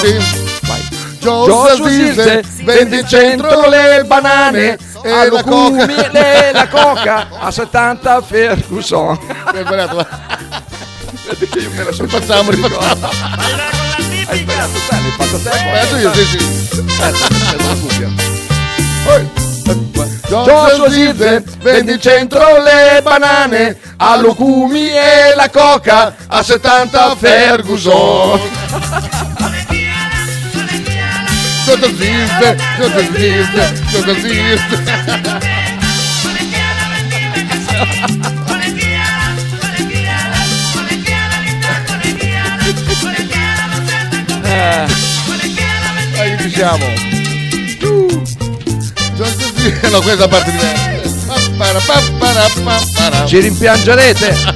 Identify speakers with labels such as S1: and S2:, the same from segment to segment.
S1: Sissi. Giorgio
S2: Giorgio
S1: Sisse
S2: Silse
S1: vende in centro le banane e la coca.
S2: e la coca a 70 Ferguson.
S1: Ho sbagliato, ma-
S2: Vedi che io me la sono
S1: Rifacciamo,
S2: sempre
S1: rifacciamo.
S2: ricordata. Hai sbagliato, sai, l'hai fatta te.
S1: Ho sbagliato io, sì, sì. Poi-
S2: Giorgio Silve vende in centro le banane, a lucumi e la coca a 70 Ferguson.
S1: Giorgio Silve, Giorgio Silve, Giorgio Silve. Dai, che ci
S2: diciamo.
S1: siamo. Giorgio Silve, no, questa parte di me.
S2: Ci rimpiangerete.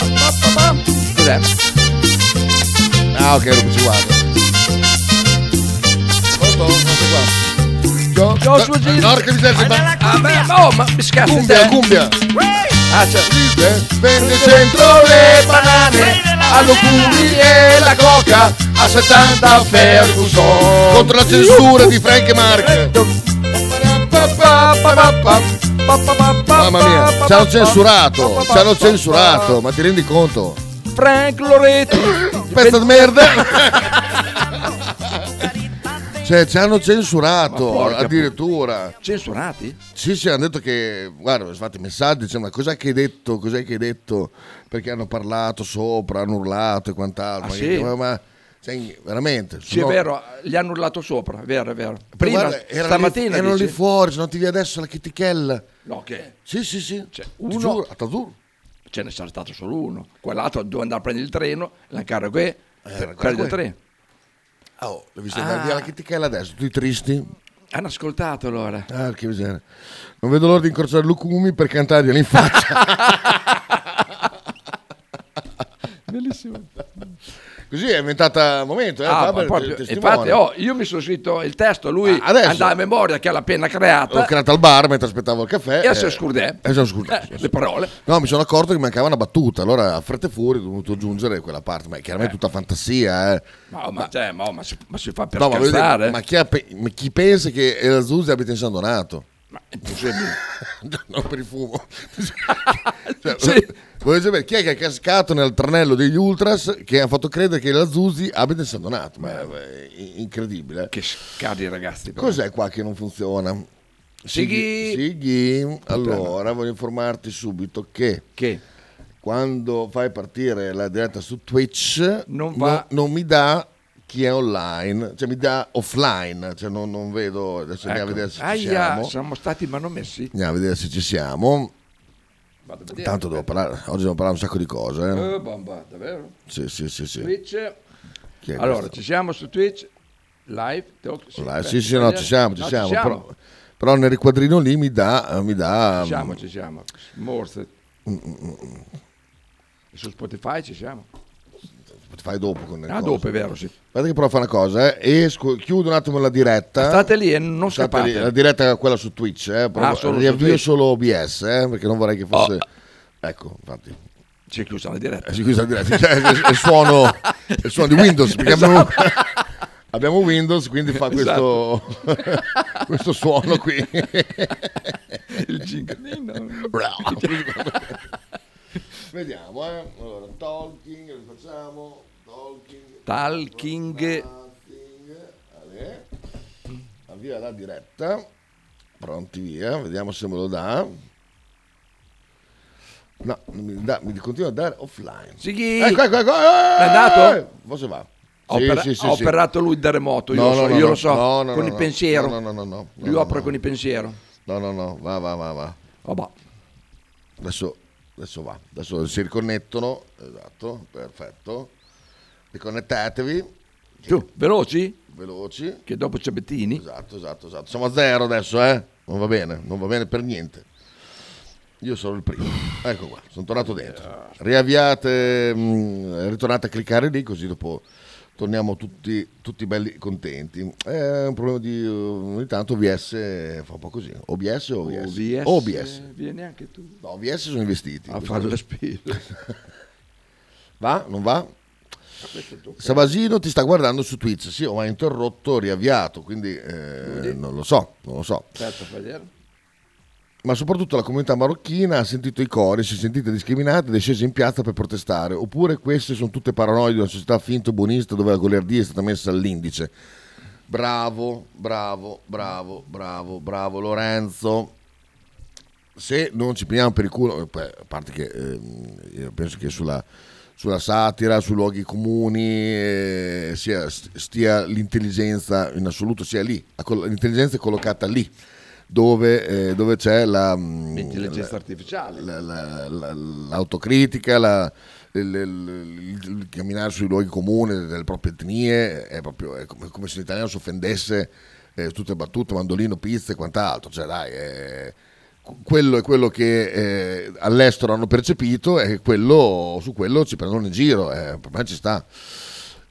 S2: Cos'è?
S1: Ah, ok, non ci guarda. Pronto? Questo qua. Gio-
S2: Giorgio Silve.
S1: Porca miseria, sembra-
S2: Ah, beh, oh, ma mi scappa.
S1: Cumbia, cumbia.
S2: Ah, cioè,
S1: Silve vende in
S2: centro
S1: centro
S2: le banane, a lucumi e la coca a 70 Ferguson.
S1: contro la censura di Frank e Mark. Mamma
S2: Mamma
S1: mia, ci hanno censurato, ci hanno censurato, ma ti rendi conto?
S2: Frank Loretti.
S1: Pezzo di merda! Cioè, ci hanno censurato
S2: porca
S1: addirittura.
S2: Censurati?
S1: Sì, sì, hanno detto che. Guarda, sono fatti messaggi, dicendo, ma cos'è che hai detto? Cos'è che hai detto? Perché hanno parlato sopra, hanno urlato e quant'altro.
S2: Ah,
S1: Ma-
S2: sì?
S1: ma, ma- cioè, veramente.
S2: Sì, è
S1: sono-
S2: vero, gli hanno urlato sopra, è vero, è vero.
S1: Ma
S2: Prima,
S1: guarda, erano lì-
S2: stamattina
S1: erano lì
S2: dici?
S1: fuori, sono via adesso la chitichella.
S2: No, che
S1: Sì, sì, sì.
S2: Cioè,
S1: Ti
S2: uno-
S1: giuro, a Tadur.
S2: ce n'è saltato solo uno. Quell'altro doveva andare a prendere il treno, l'ancaro qui,
S1: Eh, ancora
S2: prende
S1: qui.
S2: il treno.
S1: Oh, l'ho visto andare
S2: Ah.
S1: via la chitichella adesso, tutti tristi.
S2: Hanno ascoltato allora.
S1: Ah, che miseria. Non vedo l'ora di incrociare Lucumi per cantargliela in faccia.
S2: Bellissimo.
S1: Così è inventata il momento, eh?
S2: Ah,
S1: Faber,
S2: ma proprio-
S1: il testimone.
S2: infatti, oh, io mi sono scritto il testo, lui
S1: Ah, adesso?
S2: andava a memoria che l'ha appena creata
S1: L'ho creata al bar mentre aspettavo il caffè.
S2: e adesso
S1: eh,
S2: scurdè.
S1: e sono scurdato.
S2: Eh, le parole.
S1: No, mi sono accorto che mancava una battuta, allora a fretta e fuori ho dovuto aggiungere quella parte, ma è
S2: Eh.
S1: chiaramente tutta fantasia, eh.
S2: Ma, ma- cioè, ma- ma si, ma si fa per
S1: No, ma, voglio dire,
S2: scherzare?
S1: ma chi, ha pe- ma chi pensa che Erazuzzi abita in San Donato?
S2: Ma è impossibile.
S1: no, per il fumo. Cioè,
S2: Sì.
S1: Voglio sapere chi è che è cascato nel tranello degli Ultras che hanno fatto credere che Lazuzzi abita in San Donato, ma è, è incredibile. eh.
S2: che scadi ragazzi. però.
S1: Cos'è qua che non funziona?
S2: Sighi.
S1: Sighi, allora voglio informarti subito che
S2: Che
S1: quando fai partire la diretta su Twitch
S2: Non
S1: no-
S2: va.
S1: non mi dà chi è online, cioè mi dà offline, cioè non, non vedo, adesso andiamo a
S2: ecco.
S1: vedere se ci
S2: Aia,
S1: siamo.
S2: siamo stati manomessi.
S1: Andiamo a vedere se ci siamo.
S2: Vado a vedere.
S1: Tanto devo parlare, oggi devo parlare un sacco di cose. eh.
S2: Eh, bomba, davvero?
S1: Sì, sì, sì, sì.
S2: Twitch.
S1: Chi è
S2: Allora,
S1: questo?
S2: ci siamo su Twitch. Live, talk, sì,
S1: Là,
S2: beh,
S1: sì, sì, no, ci siamo, ci
S2: No,
S1: siamo. Però, però nel riquadrino lì mi dà... Mi dà
S2: Ci siamo, ci siamo. Morse.
S1: Mm,
S2: E Su Spotify ci siamo.
S1: Fai dopo con le
S2: Ah,
S1: cose.
S2: dopo è vero, sì.
S1: Guarda che però fa una cosa, eh. Esco, chiudo un attimo la diretta.
S2: State lì e non
S1: State lì, eh, la
S2: scappate.
S1: diretta è quella su Twitch, eh, però
S2: Ah, solo su
S1: riavvio
S2: Twitch.
S1: solo OBS, eh, perché non vorrei che fosse...
S2: Oh.
S1: Ecco, infatti,
S2: C'è chiusa la diretta.
S1: eh, sì, questa è la diretta, cioè, è il suono, è il suono di Windows, perché abbiamo,
S2: Esatto.
S1: abbiamo Windows, quindi fa questo, questo suono qui.
S2: Il
S1: Eh,
S2: jingle.
S1: Vediamo, eh. Allora, talking, rifacciamo. Talking.
S2: Talking.
S1: Talking. Ale. Avvia la diretta. Pronti via, vediamo se me lo dà. No, non mi, dà- mi continua a dare offline.
S2: Sighi.
S1: Ecco, ecco, ecco. L'ha
S2: andato?
S1: Forse va.
S2: Ha
S1: Sì,
S2: opera-
S1: sì, sì,
S2: ha
S1: sì.
S2: operato lui da remoto, io,
S1: No,
S2: lo so,
S1: no, no,
S2: io
S1: no.
S2: lo so,
S1: No, no,
S2: con
S1: no,
S2: il
S1: no.
S2: pensiero.
S1: No, no, no, no, no.
S2: Lui
S1: No,
S2: opera
S1: no.
S2: con il pensiero. Oh,
S1: No, no, no, va, va, va, va.
S2: Vabbè.
S1: Adesso, adesso va, adesso si riconnettono, esatto, perfetto. Riconnettetevi,
S2: Giù, veloci,
S1: veloci,
S2: che dopo c'è Bettini.
S1: esatto, esatto, esatto. Siamo a zero adesso, eh? Non va bene, non va bene per niente. Io sono il primo, ecco qua, sono tornato dentro. Riavviate, mh, ritornate a cliccare lì così dopo torniamo tutti, tutti belli contenti. È un problema di, eh, ogni tanto OBS fa un po' così, OBS o OBS?
S2: OBS.
S1: OBS.
S2: Eh, Vieni anche tu
S1: No, OBS sono investiti.
S2: a fare la spesa.
S1: Va? Non va? Sabasino ti sta guardando su Twitch, sì, ma ha interrotto, riavviato, quindi eh, non lo so, non lo so.
S2: Aspetta, fai vedere.
S1: Mm, Ma soprattutto la comunità marocchina ha sentito i cori, si è sentita discriminata ed è scesa in piazza per protestare. Oppure queste sono tutte paranoie di una società finto buonista dove la goliardia è stata messa all'indice. Bravo, bravo, bravo, bravo, bravo Lorenzo. Se non ci prendiamo per il culo, eh, beh, a parte che ehm, io penso che sulla, sulla satira, sui luoghi comuni, eh, sia, stia l'intelligenza in assoluto, sia lì. La col- L'intelligenza è collocata lì, dove, eh, dove c'è la... mm,
S2: Intelligenza
S1: la-
S2: artificiale.
S1: la- la- la- l'autocritica, la- il, il- il- il camminare sui luoghi comuni delle proprie etnie, è, proprio, è come, come se l'italiano si offendesse eh, tutte battute, mandolino, pizza e quant'altro. Cioè, dai, eh, cu- quello è quello che eh, all'estero hanno percepito e quello, su quello ci prendono in giro, eh, per me ci sta.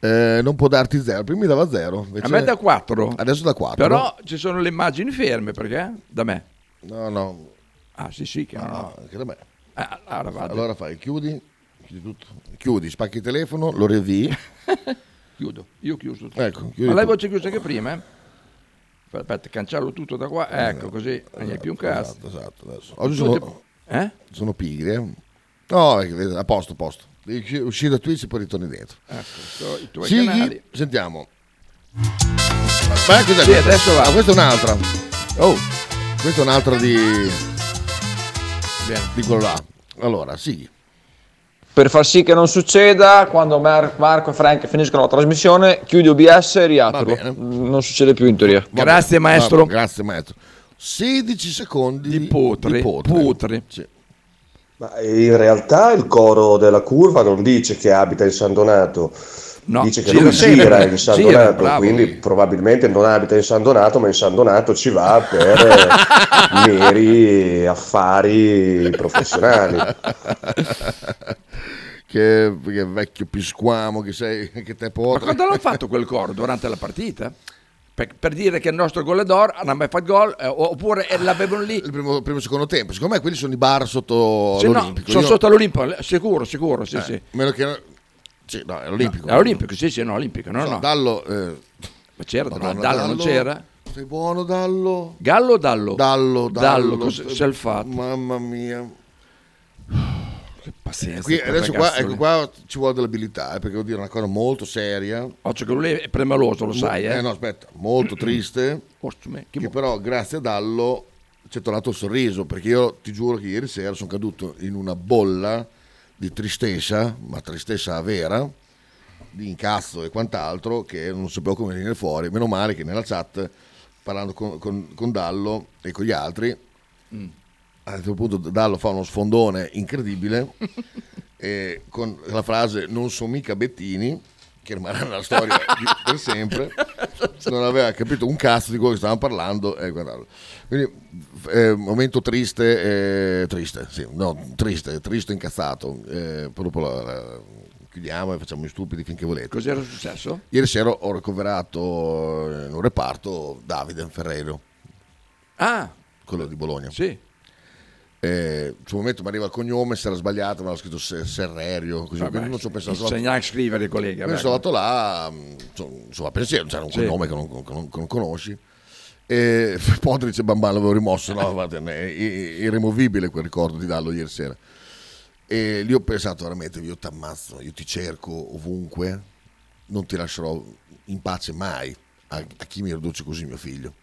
S1: Eh, non può darti zero, prima mi dava zero. invece-
S2: A me da 4.
S1: Adesso da 4.
S2: Però ci sono le immagini ferme perché? Da me.
S1: No, no,
S2: Ah, sì, sì, che
S1: no, anche da me.
S2: Ah, allora vado.
S1: Allora fai, chiudi, chiudi tutto. Chiudi, spacchi il telefono, lo revii.
S2: Chiudo. Io ho chiuso. tutto.
S1: Ecco, chiudi
S2: Ma l'avevo
S1: tutto.
S2: già chiuso anche prima, eh? Aspetta, aspetta, cancello tutto da qua. Ecco, così non gli è più un cazzo.
S1: Eh. Esatto, esatto, adesso. Oggi
S2: Tutti-
S1: sono,
S2: Eh?
S1: sono pigri, eh. No, è- a posto, a posto. Devi chi- uscire da Twitch e poi ritorni dentro.
S2: Ecco, so- i tuoi
S1: Sighi,
S2: canali.
S1: sentiamo. Ma cos'è
S2: Sì,
S1: questa?
S2: adesso va.
S1: Ah, questa è un'altra.
S2: Oh,
S1: Questa è un'altra di,
S2: bene.
S1: di quello là. Allora, sì.
S3: Per far sì che non succeda, quando Mar- Marco e Frank finiscono la trasmissione, chiudi OBS e riapro.
S1: Va bene.
S3: Non succede più in teoria.
S1: Va
S2: Grazie,
S1: bene.
S2: maestro.
S1: Va bene, grazie maestro. 16 secondi
S2: Di potre, potre.
S1: Sì.
S4: Ma in realtà il coro della curva non dice che abita in San Donato,
S2: No,
S4: dice che
S2: gira
S4: non
S2: sempre.
S4: gira in San
S2: Gira,
S4: Donato,
S2: bravo.
S4: quindi probabilmente non abita in San Donato, ma in San Donato ci va per eh, meri affari professionali.
S1: Che, che vecchio pisquamo che sei, che te
S2: Ma
S1: potre.
S2: quando l'hanno fatto quel coro durante la partita? Per, per dire che il nostro goleador non ha mai fatto gol, eh, oppure eh, l'avevano lì.
S1: il primo, primo e secondo tempo. Secondo me quelli sono i bar sotto
S2: Se no,
S1: l'Olimpico.
S2: sono
S1: Io-
S2: sotto all'Olimpico, eh, sicuro, sicuro, sì,
S1: eh,
S2: sì.
S1: Meno che sì, no, è l'Olimpico.
S2: All'Olimpico, sì, sì, no, Olimpico, no,
S1: No,
S2: no.
S1: Dallo eh,
S2: Ma c'era,
S1: Madonna,
S2: no, Dallo, non c'era.
S1: Sei buono Dallo.
S2: Gallo o Dallo?
S1: Dallo, Dallo,
S2: cosa si è fatto?
S1: Mamma mia.
S2: Che pazienza.
S1: Qui,
S2: quel
S1: adesso qua,
S2: ragazzo
S1: ecco
S2: lì.
S1: qua ci vuole dell'abilità, eh, perché devo dire una cosa molto seria.
S2: Occhio che lui è premaloso, lo sai, eh.
S1: no, aspetta, molto triste.
S2: Occhio, me- che
S1: che
S2: bo-
S1: però grazie a Dallo c'è tornato il sorriso perché io ti giuro che ieri sera sono caduto in una bolla di tristezza, ma tristezza vera, di incazzo e quant'altro che non sapevo come venire fuori. Meno male che nella chat, parlando con, con- con Dallo e con gli altri, a un certo punto Dallo fa uno sfondone incredibile e con la frase non sono mica Bettini, che rimarrà nella storia di- per sempre, non aveva capito un cazzo di quello che stavamo parlando. eh, guardalo. Quindi, eh, momento triste, eh, triste, sì, no, triste, triste, incazzato. Eh, poi dopo la- la- chiudiamo e facciamo gli stupidi finché volete.
S2: Cos'era successo?
S1: Ieri sera ho ricoverato eh, in un reparto Davide Ferrero,
S2: Ah,
S1: quello di Bologna.
S2: sì.
S1: Eh, sul momento mi arriva il cognome, se era sbagliato, ma l'ho scritto Se- Serrerio, così
S2: Vabbè,
S1: quindi non ci ho pensato. sono
S2: Insegna a scrivere, collega.
S1: Quindi
S2: beh.
S1: sono andato là, mh, so- insomma, a pensiero, c'era un
S2: Sì.
S1: cognome che non, che non- che non conosci. E Podrice Bambano l'avevo rimosso, no, vattene, è è irremovibile quel ricordo di Dallo ieri sera. E lì ho pensato veramente, io ti ammazzo, io ti cerco ovunque, non ti lascerò in pace mai a, a chi mi riduce così mio figlio.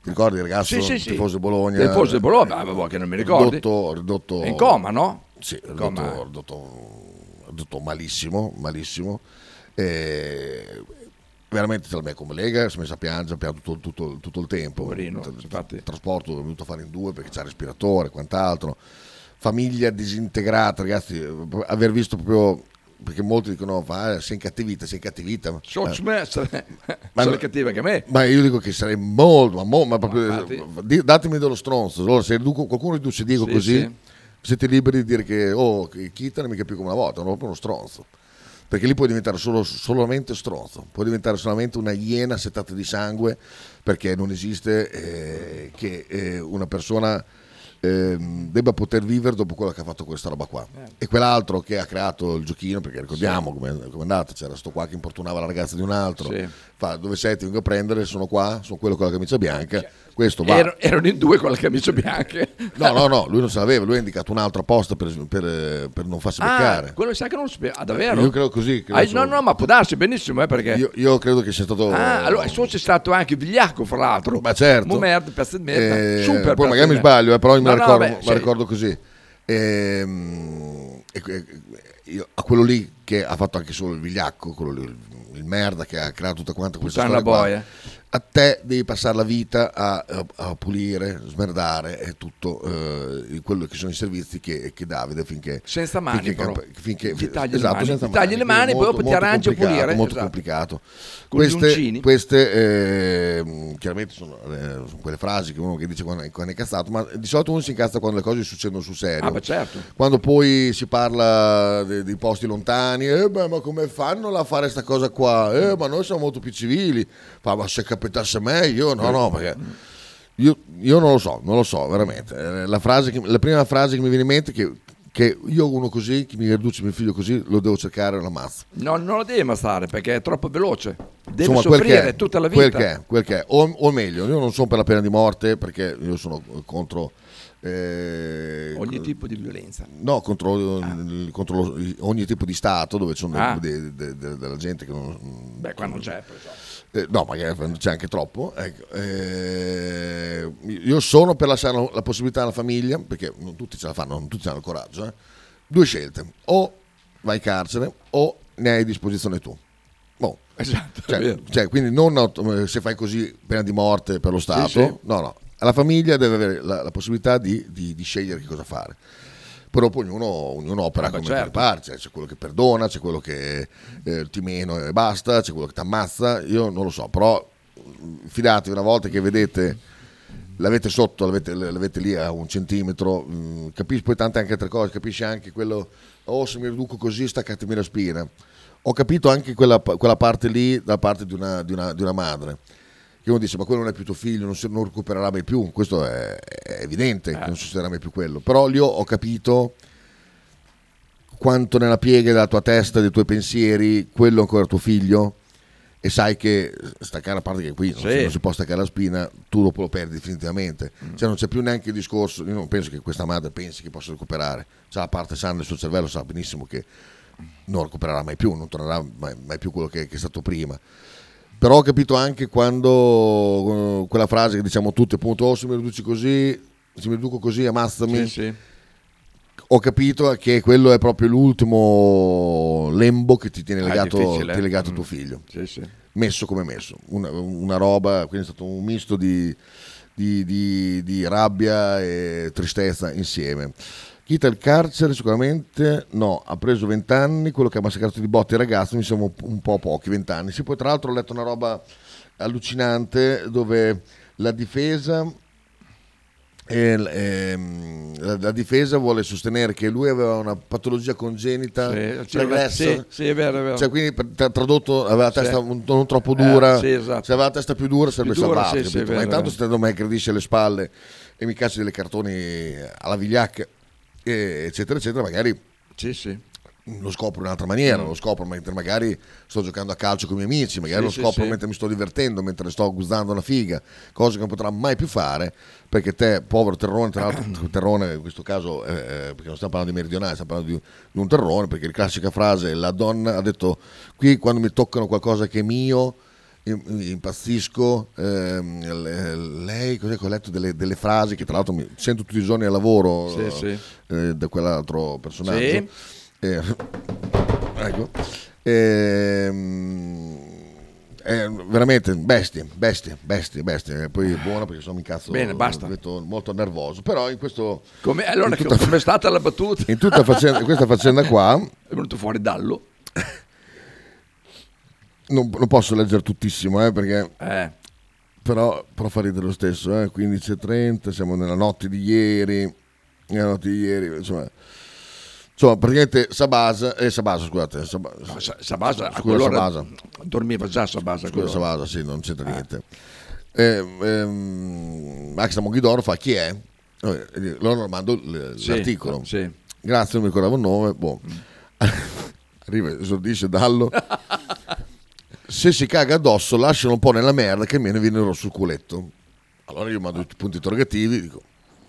S1: Ti ricordi il ragazzo
S2: Sì, sì, sì.
S1: tifoso di Bologna?
S2: Tifoso di Bologna, ah, vabbè, che non mi ricordi.
S1: Ridotto, ridotto,
S2: È in coma, no?
S1: sì, è
S2: Coma. eh.
S1: ridotto, ridotto- ridotto malissimo, malissimo. E veramente tra me come Lega si è messa a piangere, ha pianto tutto, tutto- tutto il tempo.
S2: Poverino,
S1: Tra-
S2: infatti.
S1: trasporto l'ho venuto a fare in due perché c'è il respiratore e quant'altro. Famiglia disintegrata, ragazzi, eh, aver visto proprio... Perché molti dicono, "Ah, sei incattivita, sei incattivita.
S2: So,
S1: Eh,
S2: me, sare-
S1: Ma-
S2: sarei cattiva che me.
S1: ma io dico che sarei molto, ma, mo- ma proprio, eh,
S2: Ma infatti-
S1: di- datemi dello stronzo. Allora, se riduco- qualcuno riduce Diego
S2: Sì,
S1: così,
S2: sì.
S1: siete liberi di dire che oh, che Kita non è mica più come una volta, è proprio uno stronzo. Perché lì puoi diventare solo- solamente stronzo, puoi diventare solamente una iena settata di sangue perché non esiste eh, che eh, una persona ehm, debba poter vivere dopo quello che ha fatto questa roba qua.
S2: Eh.
S1: E quell'altro che ha creato il giochino, perché ricordiamo come come è andato, c'era sto qua che importunava la ragazza di un altro,
S2: Sì.
S1: fa dove sei ti vengo a prendere, sono qua, sono quello con la camicia bianca, questo va.
S2: Cioè, Ero- erano in due con la camicia bianca.
S1: No, no, no, lui non se l'aveva, lui ha indicato un altro apposta per, per- per non farsi beccare.
S2: Ah, quello sa che non lo spiega. Ah, davvero?
S1: Io credo così, credo
S2: Ah,
S1: solo-
S2: no, no, ma può darsi benissimo, eh, perché...
S1: Io, io credo che sia stato...
S2: Ah, allora, il suo c'è stato anche Vigliacco, fra l'altro.
S1: Ma Eh. certo.
S2: Momerd, pezzo di merda.
S1: Eh,
S2: Super.
S1: Poi
S2: pezzo
S1: magari
S2: di
S1: mi
S2: merda.
S1: sbaglio, eh, però io me la
S2: No, no,
S1: ricordo,
S2: vabbè,
S1: me la
S2: cioè,
S1: ricordo così. Ehm, e que- io- a quello lì che ha fatto anche solo il vigliacco, quello lì, il- il merda che ha creato tutta quanta questa
S2: Puttana
S1: storia qua,
S2: boia.
S1: a te devi passare la vita a, a- a pulire, smerdare e tutto eh, quello che sono i servizi che, che Davide finché
S2: Senza mani,
S1: finché,
S2: però.
S1: finché-
S2: Ti tagli le
S1: esatto,
S2: mani.
S1: senza
S2: Ti tagli le mani,
S1: quindi
S2: poi dopo ti
S1: molto
S2: arrangi a
S1: complicato,
S2: pulire,
S1: molto
S2: esatto.
S1: complicato
S2: Con gli
S1: queste,
S2: uncini.
S1: queste, ehm, chiaramente sono, eh, sono quelle frasi che uno che dice quando, è- quando è incazzato ma di solito uno si incazza quando le cose succedono sul serio
S2: Ah, beh, certo.
S1: quando poi si parla de- di, posti lontani, eh beh, ma come fanno a fare sta cosa qua? Eh, ma noi siamo molto più civili. Fa, ma se capitasse a me, io no, no, perché io, io non lo so, non lo so, veramente. Eh, La, frase che- la prima frase che mi viene in mente è che, che io uno così, che mi riduce mio figlio così, lo devo cercare e lo ammazzo.
S2: No, non lo devi ammazzare perché è troppo veloce. Deve
S1: Insomma, quel che
S2: soffrire
S1: è,
S2: tutta la
S1: Quel
S2: vita.
S1: che è, quel che è. O, o meglio, io non sono per la pena di morte perché io sono contro... eh,
S2: Ogni tipo di violenza.
S1: No, contro, il- contro lo- ogni tipo di Stato dove sono
S2: Ah.
S1: de- de- de- della gente che non...
S2: Beh, qua non c'è. per esempio.
S1: eh, no, magari c'è anche troppo. ecco. Eh, io sono per lasciare la- la possibilità alla famiglia, perché non tutti ce la fanno, non tutti hanno il coraggio. eh. Due scelte, o vai in carcere o ne hai a disposizione tu. Boh.
S2: Esatto. è
S1: Cioè,
S2: vero.
S1: cioè, quindi non auto- se fai così pena di morte per lo Stato,
S2: sì.
S1: no, no, la famiglia deve avere la, la possibilità di, di- di scegliere che cosa fare. Però poi ognuno, ognuno opera
S2: Ah, beh,
S1: come
S2: certo.
S1: per pare, cioè, c'è quello che perdona, c'è quello che eh, ti meno e basta, c'è quello che ti ammazza, io non lo so, però mh, fidatevi una volta che vedete, l'avete sotto, l'avete, l'avete lì a un centimetro, mh, capisci poi tante anche altre cose, capisci anche quello, oh se mi riduco così staccatemi la spina, ho capito anche quella, quella parte lì da parte di una, di una- di una madre. Che uno dice, ma quello non è più tuo figlio, non, si- non recupererà mai più. Questo è, è evidente che non succederà mai più quello. Però lì ho- ho capito quanto nella piega della tua testa, dei tuoi pensieri, quello è ancora tuo figlio. E sai che staccare a parte che qui non,
S2: Sì.
S1: si, non si può staccare la spina, tu dopo lo perdi definitivamente. Cioè non c'è più neanche il discorso. Io non penso che questa madre pensi che possa recuperare. C'ha la parte sana del suo cervello, sa benissimo che non recupererà mai più, non tornerà mai, mai più quello che, che è stato prima. Però ho capito anche quando eh, quella frase che diciamo tutti, appunto, oh, se mi riduci così, se mi riduco così, ammazzami.
S2: Sì, sì.
S1: Ho capito che quello è proprio l'ultimo lembo che ti tiene
S2: Ah, è
S1: legato,
S2: difficile,
S1: ti è
S2: eh.
S1: legato a
S2: Mm.
S1: tuo figlio
S2: Sì, sì.
S1: messo come messo, una, una roba, quindi è stato un misto di, di- di- di rabbia e tristezza insieme. Chita il carcere sicuramente no, ha preso 20 anni, quello che ha massacrato di botte i ragazzi mi sembra un, un po' pochi, 20 anni. Sì, poi tra l'altro ho letto una roba allucinante dove la difesa... eh, l- ehm, la, la difesa vuole sostenere che lui aveva una patologia congenita
S2: Sì, sì,
S1: pregressa
S2: sì, sì, è vero, è vero.
S1: Eh, cioè, quindi per- tra- tradotto aveva la
S2: Sì.
S1: testa un- non troppo dura.
S2: Eh, sì, esatto.
S1: Se aveva la testa più dura sarebbe
S2: Più dura,
S1: salvato.
S2: sì, sì,
S1: capito?
S2: è
S1: Ma
S2: vero,
S1: intanto
S2: è
S1: se te non mi aggredisce le spalle e mi cacci delle cartoni alla vigliacca, e- eccetera, eccetera, magari
S2: Sì, sì.
S1: lo scopro in un'altra maniera, lo scopro mentre magari sto giocando a calcio con i miei amici, magari
S2: Mm. Sì,
S1: lo
S2: sì,
S1: scopro
S2: sì.
S1: mentre mi sto divertendo, mentre sto guzzando una figa, cosa che non potrà mai più fare, perché te, povero terrone, tra l'altro terrone in questo caso, eh, eh, perché non stiamo parlando di meridionale, stiamo parlando di, di un terrone, perché la classica frase, la donna ha detto, qui quando mi toccano qualcosa che è mio, im- impazzisco ehm, le- lei cos'è che ho letto delle, delle frasi che tra l'altro mi sento tutti i giorni al lavoro
S2: Sì,
S1: eh,
S2: sì.
S1: eh, da quell'altro personaggio
S2: Sì.
S1: eh, ecco. Ehm, eh, veramente bestie, bestie, bestie, bestie. E Poi buona perché sono un cazzo
S2: Bene, basta.
S1: ho detto, molto nervoso. Però in, questo,
S2: Come, eh, allora,
S1: In tutta-
S2: come è stata la battuta?
S1: in tutta faccenda- in questa faccenda qua
S2: È venuto fuori Dallo.
S1: non, non posso leggere tuttissimo, eh, perché
S2: Eh,
S1: però, però fa ridere lo stesso, eh? 15.30, siamo nella notte di ieri, nella notte di ieri, insomma, insomma praticamente Sabasa, eh, Sabasa scusate, Saba-
S2: no, Sa- Sabasa a
S1: Scusa,
S2: quell'ora
S1: Sabasa.
S2: dormiva già Sabasa. a
S1: Scusa,
S2: quell'ora.
S1: Savasa, sì, non c'entra niente. Eh, ehm, Max Moghidoro ehm, fa chi è? eh, loro mando l-
S2: Sì,
S1: l'articolo.
S2: sì. Mm.
S1: Grazie, non mi ricordavo il nome. Boh. Arriva, esordisce Dallo. Se si caga addosso, lasciano un po' nella merda che almeno viene il rosso sul culetto. Allora io mando tutti i punti interrogativi, dico,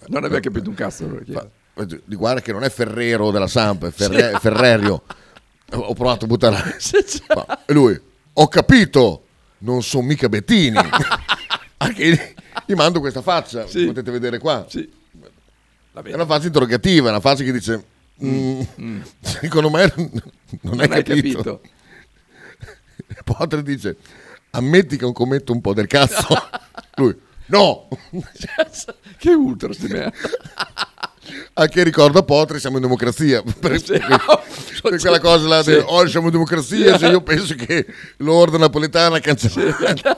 S2: Non aveva capito un cazzo. quello che-
S1: fa- di guarda che non è Ferrero della Samp, è Ferre- Ferrerio. Ho provato a buttare. Fa- E lui, ho capito, non sono mica Bettini. Anche lì, gli mando questa faccia,
S2: Sì.
S1: potete vedere qua.
S2: Sì. Va
S1: È
S2: bene.
S1: una faccia interrogativa, è una faccia che dice, "Mm, secondo me non, hai
S2: Non hai
S1: capito.
S2: capito.
S1: Potter dice, ammetti che è un commento un po' del cazzo. lui, no,
S2: che ultra sti merda.
S1: a che ricorda Potri siamo in democrazia per, per Cioè, quella cosa là di, "Oh, siamo in democrazia se io penso che l'ordine napoletana ha cancellato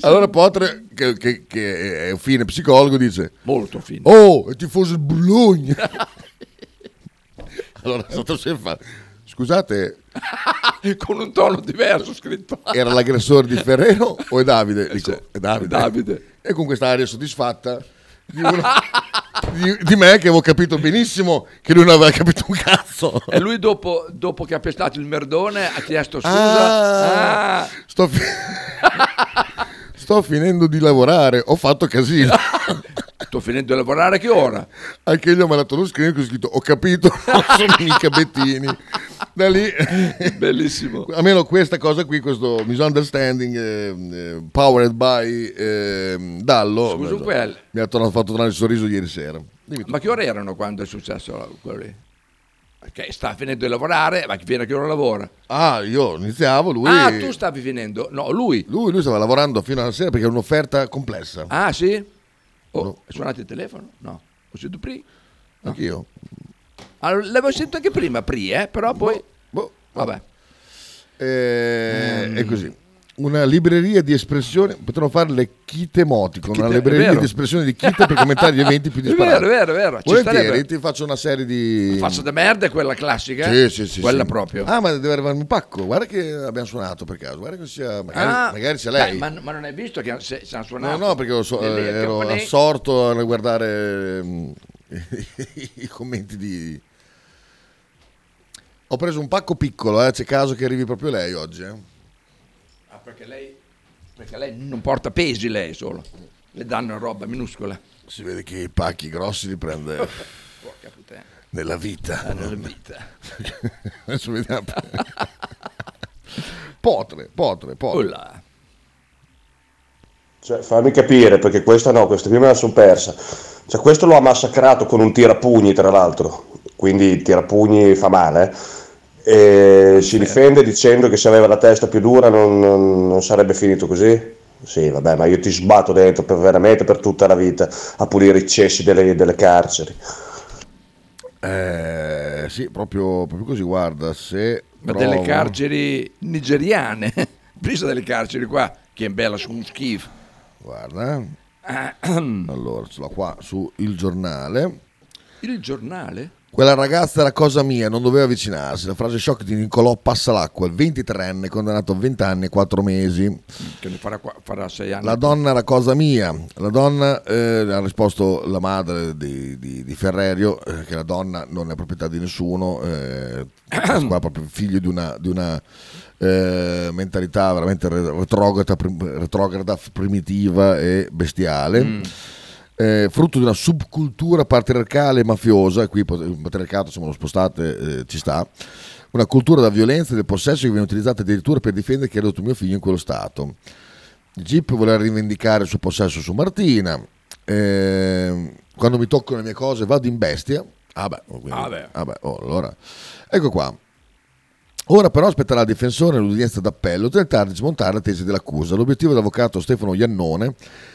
S1: allora Potri che, che- che è un fine psicologo dice
S2: Molto fine.
S1: oh è tifoso il Bologna allora Sottosel fa scusate Oh.
S2: Con un tono diverso scritto.
S1: era l'aggressore di Ferrero o è Davide? Dico,
S2: Eh, sì,
S1: è Davide.
S2: è Davide.
S1: E con quest'aria soddisfatta di, uno- di- di me che avevo capito benissimo che lui non aveva capito un cazzo.
S2: E lui dopo, dopo che ha pestato il merdone ha chiesto
S1: Ah.
S2: scusa. Ah,
S1: Sto, fi- sto finendo di lavorare, ho fatto casino.
S2: sto finendo di lavorare che ora?
S1: Anche io ho mandato lo screen che ho scritto ho capito, non sono mica Bettini. Da lì,
S2: Bellissimo.
S1: almeno questa cosa qui, questo misunderstanding eh, eh, powered by eh, Dallo,
S2: Scusa un quel.
S1: mi ha tornato- fatto tornare il sorriso ieri sera. Dimmi tu.
S2: Ma che ore erano quando è successo la- quello lì? Perché sta finendo di lavorare, ma viene a che ora lavora?
S1: Ah, io iniziavo, lui,
S2: Ah, tu stavi finendo? No, lui.
S1: lui, lui stava lavorando fino alla sera perché è un'offerta complessa.
S2: Ah, sì? Oh, è suonato il telefono? No. Ho sentito prima.
S1: Anch'io.
S2: Allora, l'avevo sentito anche prima, Pri, eh, però poi...
S1: Boh.
S2: Vabbè.
S1: Eh,
S2: Mm.
S1: È così. Una libreria di espressione, potremmo fare le chite emoticon, una
S2: Chite- è
S1: libreria
S2: vero.
S1: di espressione di chite per commentare gli eventi più
S2: È vero,
S1: disparati.
S2: è vero, è vero, ci
S1: Volentieri
S2: starebbe.
S1: ti faccio una serie di...
S2: Faccia da merda è quella classica? eh?
S1: Sì, sì, sì,
S2: Quella
S1: sì.
S2: proprio.
S1: Ah, ma deve arrivarmi un pacco. Guarda che abbiamo suonato per caso. Guarda che sia. Magari,
S2: Ah,
S1: magari c'è lei.
S2: dai, ma, ma non hai visto che se, se hanno
S1: No,
S2: suonato?
S1: no, perché io so-
S2: Lì, lì,
S1: eh,
S2: al
S1: ero
S2: campanile.
S1: assorto a guardare mm, i commenti di... Ho preso un pacco piccolo, eh, c'è caso che arrivi proprio lei oggi. eh.
S2: Ah, perché lei, perché lei non porta pesi, lei solo. Le danno roba minuscola.
S1: Si vede che i pacchi grossi li prende
S2: Porca puttana.
S1: nella vita.
S2: Ah, Nella vita.
S1: Adesso vediamo. potre, potre, potre.
S2: Ulla.
S4: Cioè, fammi capire, perché questa no, questa prima me la sono persa. Cioè, questo lo ha massacrato con un tirapugni, tra l'altro. Quindi il tirapugni fa male. eh. E si difende dicendo che se aveva la testa più dura non, non- non sarebbe finito così. Sì, vabbè, ma io ti sbatto dentro per, veramente per tutta la vita a pulire i cessi delle, delle carceri.
S1: Eh, sì, proprio, proprio così, guarda, se...
S2: Ma
S1: trovo-
S2: delle carceri nigeriane. Presa delle carceri qua, che in bella sono un schifo.
S1: Guarda. Allora, ce l'ho qua su Il Giornale.
S2: Il giornale?
S1: Quella ragazza era cosa mia, non doveva avvicinarsi. La frase shock di Nicolò Passalacqua, il 23enne, condannato a 20 anni e 4 mesi.
S2: Che ne farà, qua- farà sei anni.
S1: La donna era cosa mia. La donna, eh, ha risposto la madre di, di- di Ferrerio, eh, che la donna non è proprietà di nessuno, eh, questo qua è proprio figlio di una, di una, eh, mentalità veramente re- retrograda, prim- retrograda, primitiva e bestiale. Eh, frutto di una subcultura patriarcale e mafiosa, qui pot- il patriarcato insomma, lo spostate eh, ci sta, una cultura della violenza e del possesso che viene utilizzata addirittura per difendere chi ha ridotto mio figlio in quello stato. Jeep voleva rivendicare il suo possesso su Martina. Ehm, quando mi toccano le mie cose vado in bestia. Ah beh, oh, quindi-
S2: Ah beh.
S1: ah beh, oh, allora. Ecco qua. Ora però spetterà al difensore l'udienza d'appello tentare di smontare la tesi dell'accusa. L'obiettivo dell'avvocato Stefano Iannone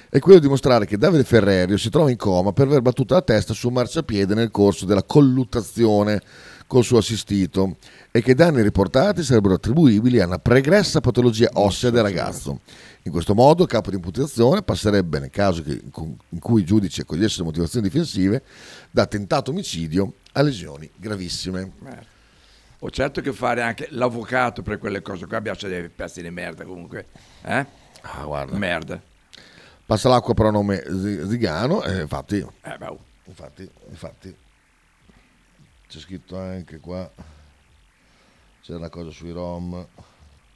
S1: è quello di dimostrare che Davide Ferrerio si trova in coma per aver battuto la testa su un marciapiede nel corso della colluttazione col suo assistito e che i danni riportati sarebbero attribuibili a una pregressa patologia ossea del ragazzo. In questo modo il capo di imputazione passerebbe, nel caso che- in cui il giudice accogliesse le motivazioni difensive, da tentato omicidio a lesioni gravissime.
S2: Ho certo che fare anche l'avvocato per quelle cose qua, piace dei pezzi di merda comunque. Eh?
S1: Ah, guarda.
S2: Merda.
S1: Passa l'acqua però nome Z- Zigano, e infatti,
S2: Eh, beh, oh.
S1: infatti, infatti, c'è scritto anche qua, c'era una cosa sui rom,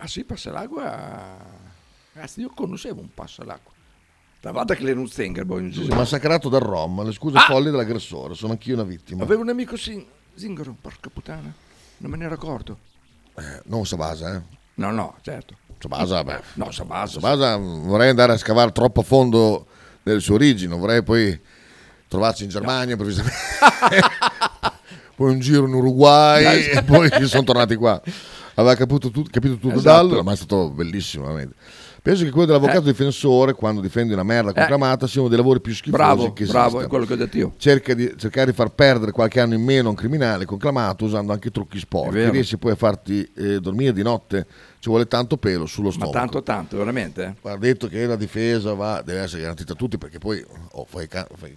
S2: Ah sì, passa l'acqua. Ragazzi, io conoscevo un passo all'acqua. La vada che le non stenga, boh, in giro.
S1: massacrato dal rom, le scuse folli dell'aggressore, sono anch'io una vittima.
S2: Avevo un amico sin- zingaro, porca puttana. Non me ne ero accorto.
S1: Non Sabasa, eh.
S2: No, no, certo.
S1: Sabasa, beh.
S2: No, Sabasa.
S1: Sabasa vorrei andare a scavare troppo a fondo nelle sue origini, non vorrei poi trovarci in Germania improvvisamente. poi un giro in Uruguay e poi sono tornati qua. Aveva capito, tut- capito tutto
S2: Esatto.
S1: dall'altro, ma è stato bellissimo veramente. Penso che quello dell'avvocato
S2: Eh.
S1: difensore, quando difende una merda conclamata, sia uno dei lavori più schifosi
S2: Bravo,
S1: che
S2: bravo,
S1: esistano.
S2: è quello che ho detto io.
S1: Cerca di, cercare di far perdere qualche anno in meno a un criminale conclamato usando anche trucchi
S2: È
S1: sporchi.
S2: vero.
S1: Riesci poi a farti eh, dormire di notte, ci vuole tanto pelo sullo
S2: Ma
S1: stomaco.
S2: tanto, tanto, veramente. eh.
S1: Ha detto che la difesa va, deve essere garantita a tutti perché poi oh, fai ca- fai-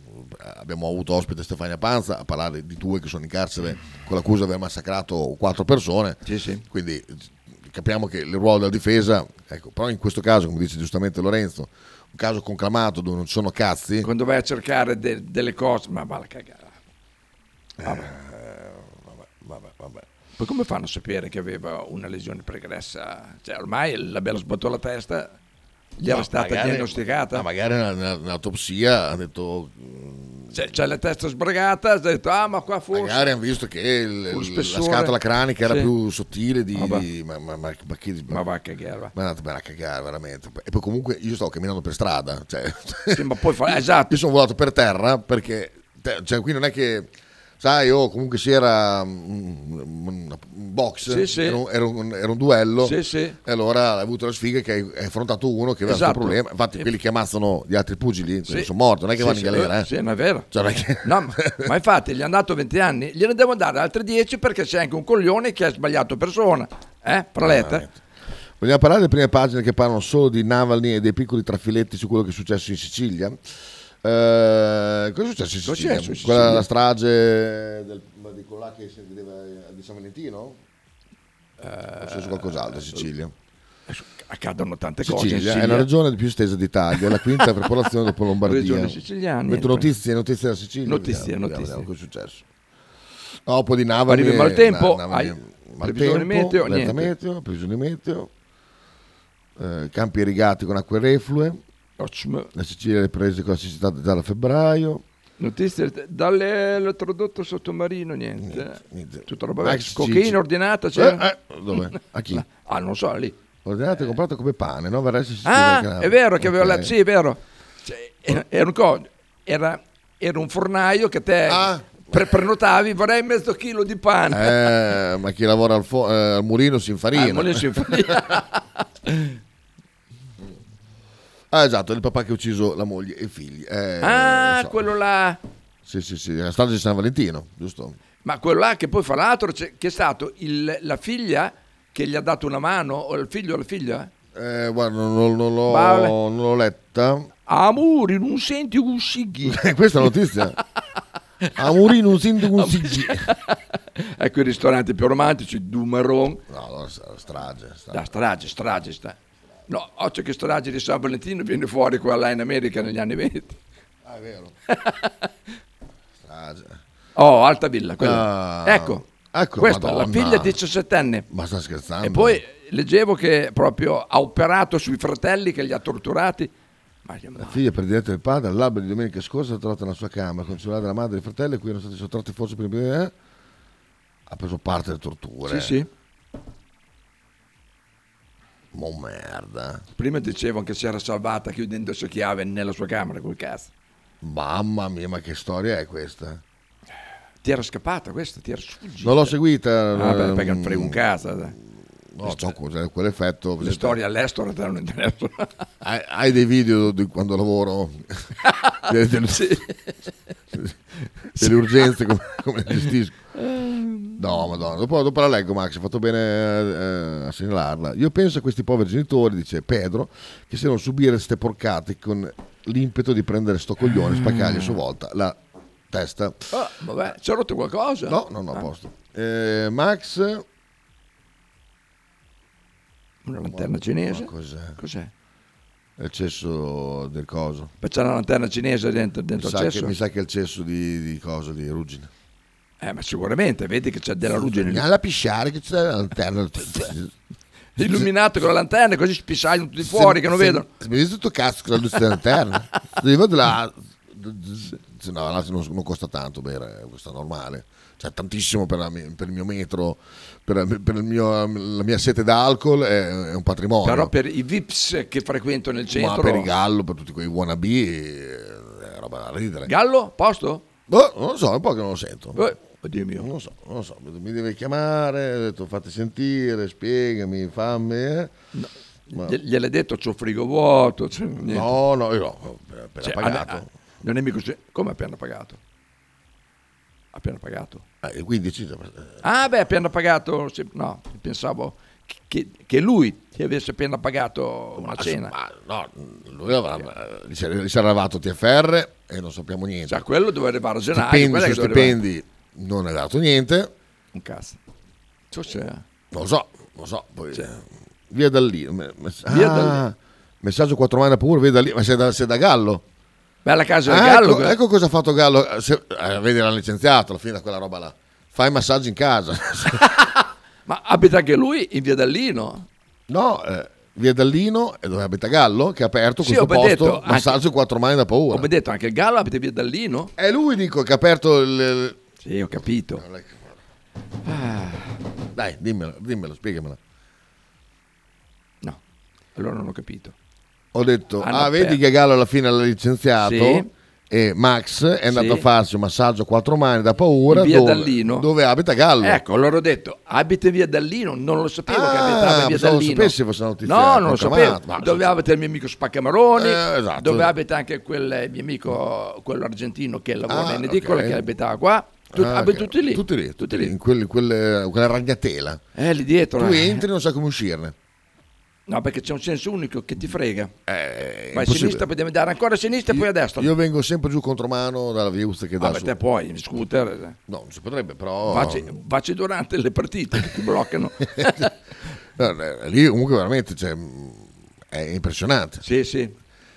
S1: abbiamo avuto ospite Stefania Panza a parlare di due che sono in carcere con l'accusa di aver massacrato quattro persone.
S2: Sì, sì.
S1: Quindi eh, capiamo che il ruolo della difesa, ecco, però in questo caso, come dice giustamente Lorenzo, un caso conclamato dove non ci sono cazzi,
S2: Quando vai a cercare de- delle cose, ma va la cagata.
S1: vabbè, vabbè.
S2: Poi come fanno a sapere che aveva una lesione pregressa? Cioè, ormai l'abbiamo sbattuto la testa, gli era
S1: Ma
S2: stata
S1: magari-
S2: diagnosticata.
S1: ma magari nella- nella- nell'autopsia ha detto
S2: C'è, Cioè, c'è la testa sbragata, ha detto, ah, ma qua forse...
S1: Magari hanno visto che il-
S2: Con lo
S1: la
S2: spessore.
S1: scatola cranica era
S2: Sì.
S1: più sottile di...
S2: Vabbè.
S1: di- ma, ma, ma, ma chi-
S2: Ma va a cagare, va.
S1: Ma andate bene a cagare, veramente. E poi comunque io stavo camminando per strada. Cioè,
S2: Sì, ma poi fa- esatto.
S1: Io sono volato per terra perché... te- Cioè, qui non è che... Sai, oh, comunque si era mm, un, un box,
S2: Sì, sì.
S1: Era, un, era un- era un duello.
S2: Sì, sì.
S1: E allora hai avuto la sfiga che hai hai affrontato uno che aveva questo
S2: Esatto.
S1: problema. Infatti,
S2: Sì.
S1: quelli che ammazzano gli altri pugili
S2: Sì.
S1: sono morti, non è che
S2: Sì,
S1: vanno
S2: sì,
S1: in galera. Eh.
S2: Sì, non è vero.
S1: Cioè, non è che-
S2: No, ma, ma infatti gli hanno dato 20 anni, gliene devo dare altri 10 perché c'è anche un coglione che ha sbagliato persona. Eh,
S1: Ah,
S2: praletta?
S1: ecco. Vogliamo parlare delle prime pagine che parlano solo di Navalny e dei piccoli trafiletti su quello che è successo in Sicilia? Eh, cosa è successo in
S2: Cosa è
S1: Sicilia?
S2: successo in Sicilia?
S1: Quella la strage del, di colà che si vedeva a- di San Valentino?
S2: Eh,
S1: È successo qualcos'altro in Sicilia?
S2: Accadono tante cose. Cioè, in
S1: Sicilia è la
S2: Sicilia.
S1: regione più estesa d'Italia, è la quinta per popolazione dopo Lombardia.
S2: Regione siciliana,
S1: Metto
S2: niente.
S1: notizie, notizie della Sicilia.
S2: Notizie,
S1: vediamo, vediamo,
S2: notizie.
S1: vediamo cosa è successo. No, poi di Navalny.
S2: Arriva il maltempo,
S1: Na- Navalny-
S2: hai previsione meteo,
S1: allerta
S2: niente.
S1: meteo, previsione meteo, eh, campi irrigati con acque reflue,
S2: Ottimo.
S1: la Sicilia le prese con la siccità già da febbraio.
S2: Notizie dall'elettrodotto sottomarino, niente. eh.
S1: niente.
S2: Cioè, Tutta roba
S1: Max
S2: vecchia.
S1: Cicci.
S2: Cocaina ordinata, c'era?
S1: Eh, eh, dov'è? A chi?
S2: Ah, non so, lì.
S1: Ordinate e comprate come pane, no? Verrà se si scrive
S2: Ah,
S1: anche-
S2: è vero che aveva
S1: Ok.
S2: la... Sì, è vero. Cioè, era, era un co- era- era un fornaio che te
S1: Ah.
S2: pre- prenotavi, vorrei mezzo chilo di pane.
S1: Eh, ma chi lavora al, fo- eh, al mulino si infarina.
S2: Ah, Molino
S1: Eh,
S2: Sinfonia.
S1: Ah, esatto, è il papà che ha ucciso la moglie e i figli. Eh,
S2: Ah,
S1: non so.
S2: quello là.
S1: Sì, sì, sì, la strage di San Valentino, giusto?
S2: Ma quello là che poi fra l'altro c'è- che è stato il- la figlia che gli ha dato una mano, o il figlio o la figlia?
S1: Eh, guarda, non, non- non l'ho,
S2: Vale.
S1: non l'ho letta.
S2: Amore, non senti un sighi.
S1: Eh, Questa è la notizia. Amorino un sindaco un CG.
S2: ecco i ristoranti più romantici, Dumaron,
S1: No, allora sta- strage. strage.
S2: da strage, strage sta. No, oggi che strage di San Valentino viene fuori qua là in America negli anni 20.
S1: Ah, è vero. Strage.
S2: Oh, Alta Villa, quella.
S1: Ah,
S2: ecco,
S1: ecco,
S2: questa, la
S1: Madonna.
S2: figlia 17enne.
S1: Ma sta scherzando?
S2: E poi leggevo che proprio ha operato sui fratelli che li ha torturati. Ma che
S1: La figlia per diretta del padre, all'albero di domenica scorsa, è trovata nella sua camera con il cellulare della madre e del fratello, cui erano stati sottratti forse per eh, Ha preso parte alle torture.
S2: Sì, sì.
S1: Ma oh, merda.
S2: Prima dicevo che si era salvata chiudendosi a chiave nella sua camera col cazzo.
S1: Mamma mia, ma che storia è questa?
S2: Ti era scappata questa, ti era sfuggita.
S1: Non l'ho seguita.
S2: Ah, beh,
S1: ehm,
S2: perché non frega un cazzo. Le
S1: No, c'ho cos'è, quell'effetto.
S2: storie all'estero te non interessano.
S1: Hai, hai dei video di quando lavoro delle, delle- delle urgenze come, come le gestisco no madonna dopo, dopo la leggo Max hai fatto bene eh, a segnalarla io penso a questi poveri genitori dice Pedro che se non subire ste porcate con l'impeto di prendere sto coglione e spaccargli a
S2: Mm.
S1: sua volta la testa
S2: Oh, vabbè, c'è rotto qualcosa?
S1: Ah,
S2: Ah,
S1: no no no a posto Eh, Max
S2: Una lanterna cinese.
S1: cos'è
S2: Cos'è?
S1: Eh, il cesso del coso.
S2: Ma c'è una lanterna cinese dentro,
S1: Mi
S2: dentro il
S1: sa, che,
S2: cesso?
S1: mi sa che è il cesso di, di cosa, di ruggine.
S2: Eh, ma sicuramente, vedi che c'è della ruggine lì.
S1: Alla pisciare che c'è la lanterna.
S2: illuminato con la lanterna, così spisciagliano tutti fuori che non
S1: Se-
S2: vedono.
S1: se Mi dici tutto cazzo con la luce della lanterna. Devo della... se No, là non, non costa tanto bere, questo è normale. Cioè, tantissimo per, la mi- per il mio metro, per, per il mio- la mia sete d'alcol è, è un patrimonio.
S2: Però per i VIPs che frequento nel
S1: Ma
S2: centro...
S1: per il gallo, per tutti quei wannabe, eh, è roba da ridere.
S2: Gallo? Posto?
S1: Boh, non lo so, è un po' che non lo sento.
S2: Eh, oddio mio.
S1: Non lo so, non lo so, mi deve chiamare, ho detto fate sentire, spiegami, fammi. eh. Ma-
S2: Gli- Gliel'hai detto c'ho frigo vuoto, c'è niente.
S1: No, no, io eh, no, appena
S2: Cioè,
S1: pagato.
S2: ah, ah, non è mica così. Come appena pagato? Appena pagato?
S1: Eh, il 15, eh,
S2: Ah, beh, appena pagato. sì, no, pensavo che, che lui ti avesse appena pagato una cena.
S1: Ma no, lui avrà, eh, gli si è gli si è lavato TFR e non sappiamo niente.
S2: Cioè, quello doveva arrivare a gennaio.
S1: Stipendi
S2: quello è
S1: su
S2: che doveva arrivare-
S1: stipendi non è dato niente,
S2: Un cazzo. Cioè, c'è-
S1: non lo so, non lo so. Poi, eh, Via da lì. me- mess-
S2: Cioè. Via da
S1: ah, Messaggio 4 mani pure, via da lì, ma sei da, sei da Gallo.
S2: Bella casa del
S1: Ah,
S2: Cioè, Gallo.
S1: ecco,
S2: que-
S1: ecco cosa ha fatto Gallo. Se, eh, vedi, l'ha licenziato alla fine da quella roba là. Fai massaggi in casa.
S2: Ma abita anche lui in via Dallino.
S1: no, eh, via Dallino, e dove abita Gallo, che ha aperto
S2: Sì,
S1: questo
S2: ho ben
S1: posto,
S2: detto, anche-
S1: massaggio 4 mani da paura.
S2: Come detto, anche il Gallo abita in via Dallino.
S1: È lui, dico, che ha aperto il- il
S2: Sì, ho capito.
S1: Dai, dimmelo, dimmelo, spiegamela.
S2: No, allora non ho capito.
S1: Ho detto,
S2: Hanno
S1: ah, vedi
S2: aperto.
S1: che Gallo alla fine l'ha licenziato
S2: Sì.
S1: e Max è andato
S2: Sì.
S1: a farsi un massaggio a quattro mani da paura
S2: In via
S1: dove,
S2: Dallino.
S1: dove abita Gallo.
S2: Ecco, allora ho detto, abita in via Dallino, non lo sapevo che
S1: Ah,
S2: abitava in via
S1: pensavo
S2: Dallino.
S1: sapessi fosse una notizia
S2: no, non lo
S1: conclamata.
S2: sapevo.
S1: Ma-
S2: dove abita il mio amico Spaccamaroni,
S1: Eh, esatto.
S2: dove abita anche quel eh, mio amico, quello argentino che lavora
S1: Ah,
S2: in edicola,
S1: ok.
S2: che abitava qua. Tu,
S1: Ah,
S2: abita
S1: ok.
S2: tutti lì.
S1: Tutti lì, tutti lì,
S2: lì.
S1: in quel- quel- quella ragnatela.
S2: Eh, lì dietro.
S1: Tu
S2: eh.
S1: entri e non sai come uscirne.
S2: No, perché c'è un senso unico che ti frega.
S1: Eh,
S2: Vai a
S1: impossibile.
S2: sinistra, poi devi andare ancora a sinistra e poi a destra.
S1: Io vengo sempre giù contromano dalla via Uzza che dà
S2: Vabbè,
S1: su.
S2: Ah, te puoi, in scooter. eh.
S1: No, non si potrebbe, però...
S2: Facci, facci durante le partite che ti bloccano.
S1: No, eh, lì comunque veramente cioè, mh, è impressionante.
S2: sì, sì,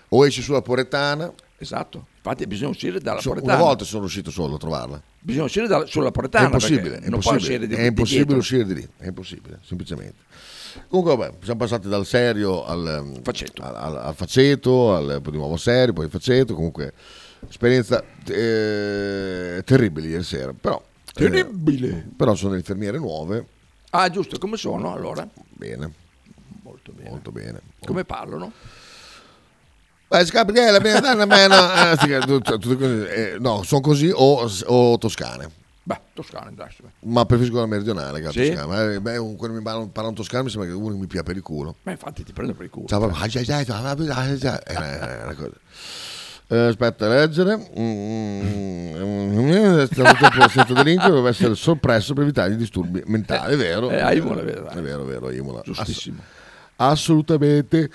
S1: O esci sulla Poretana,
S2: esatto. Infatti bisogna uscire dalla
S1: so-
S2: portata.
S1: Cioè, una volta sono riuscito solo a trovarla.
S2: bisogna uscire dalla- sulla
S1: È
S2: portana
S1: impossibile,
S2: perché
S1: è
S2: non puoi
S1: impossibile,
S2: uscire di,
S1: è
S2: di
S1: impossibile
S2: dietro.
S1: uscire di lì, è impossibile, semplicemente. Comunque vabbè, siamo passati dal serio al ehm,
S2: Faceto.
S1: al, al- al faceto, al, poi di nuovo al serio, poi al faceto, comunque esperienza eh, terribile ieri sera, però, eh,
S2: Terribile.
S1: però sono delle infermiere nuove,
S2: Ah, giusto, come sono allora?
S1: bene,
S2: Molto bene.
S1: molto bene.
S2: Come parlano?
S1: Beh, scappi che è la prima donna, ma no, eh, sì, che tu- tu- tu- così, eh, no, sono così o, o toscane.
S2: Beh, toscano, dai. sì.
S1: Ma preferisco la meridionale che la
S2: Sì?
S1: toscana. Eh, Beh, un- quando mi parlano, parlano toscano mi sembra che uno mi pia per il culo.
S2: Ma infatti ti prendo per il culo.
S1: Ciao, papà. Ah, già, già, già, già, già. Eh, eh, una cosa. Eh, aspetta, leggere. Mm, Stavolta il sento delinquere doveva essere soppresso per evitare i disturbi mentali, è vero?
S2: eh, a Imola, è vero.
S1: È vero, è vero, a Imola.
S2: Giustissimo.
S1: Assolutamente.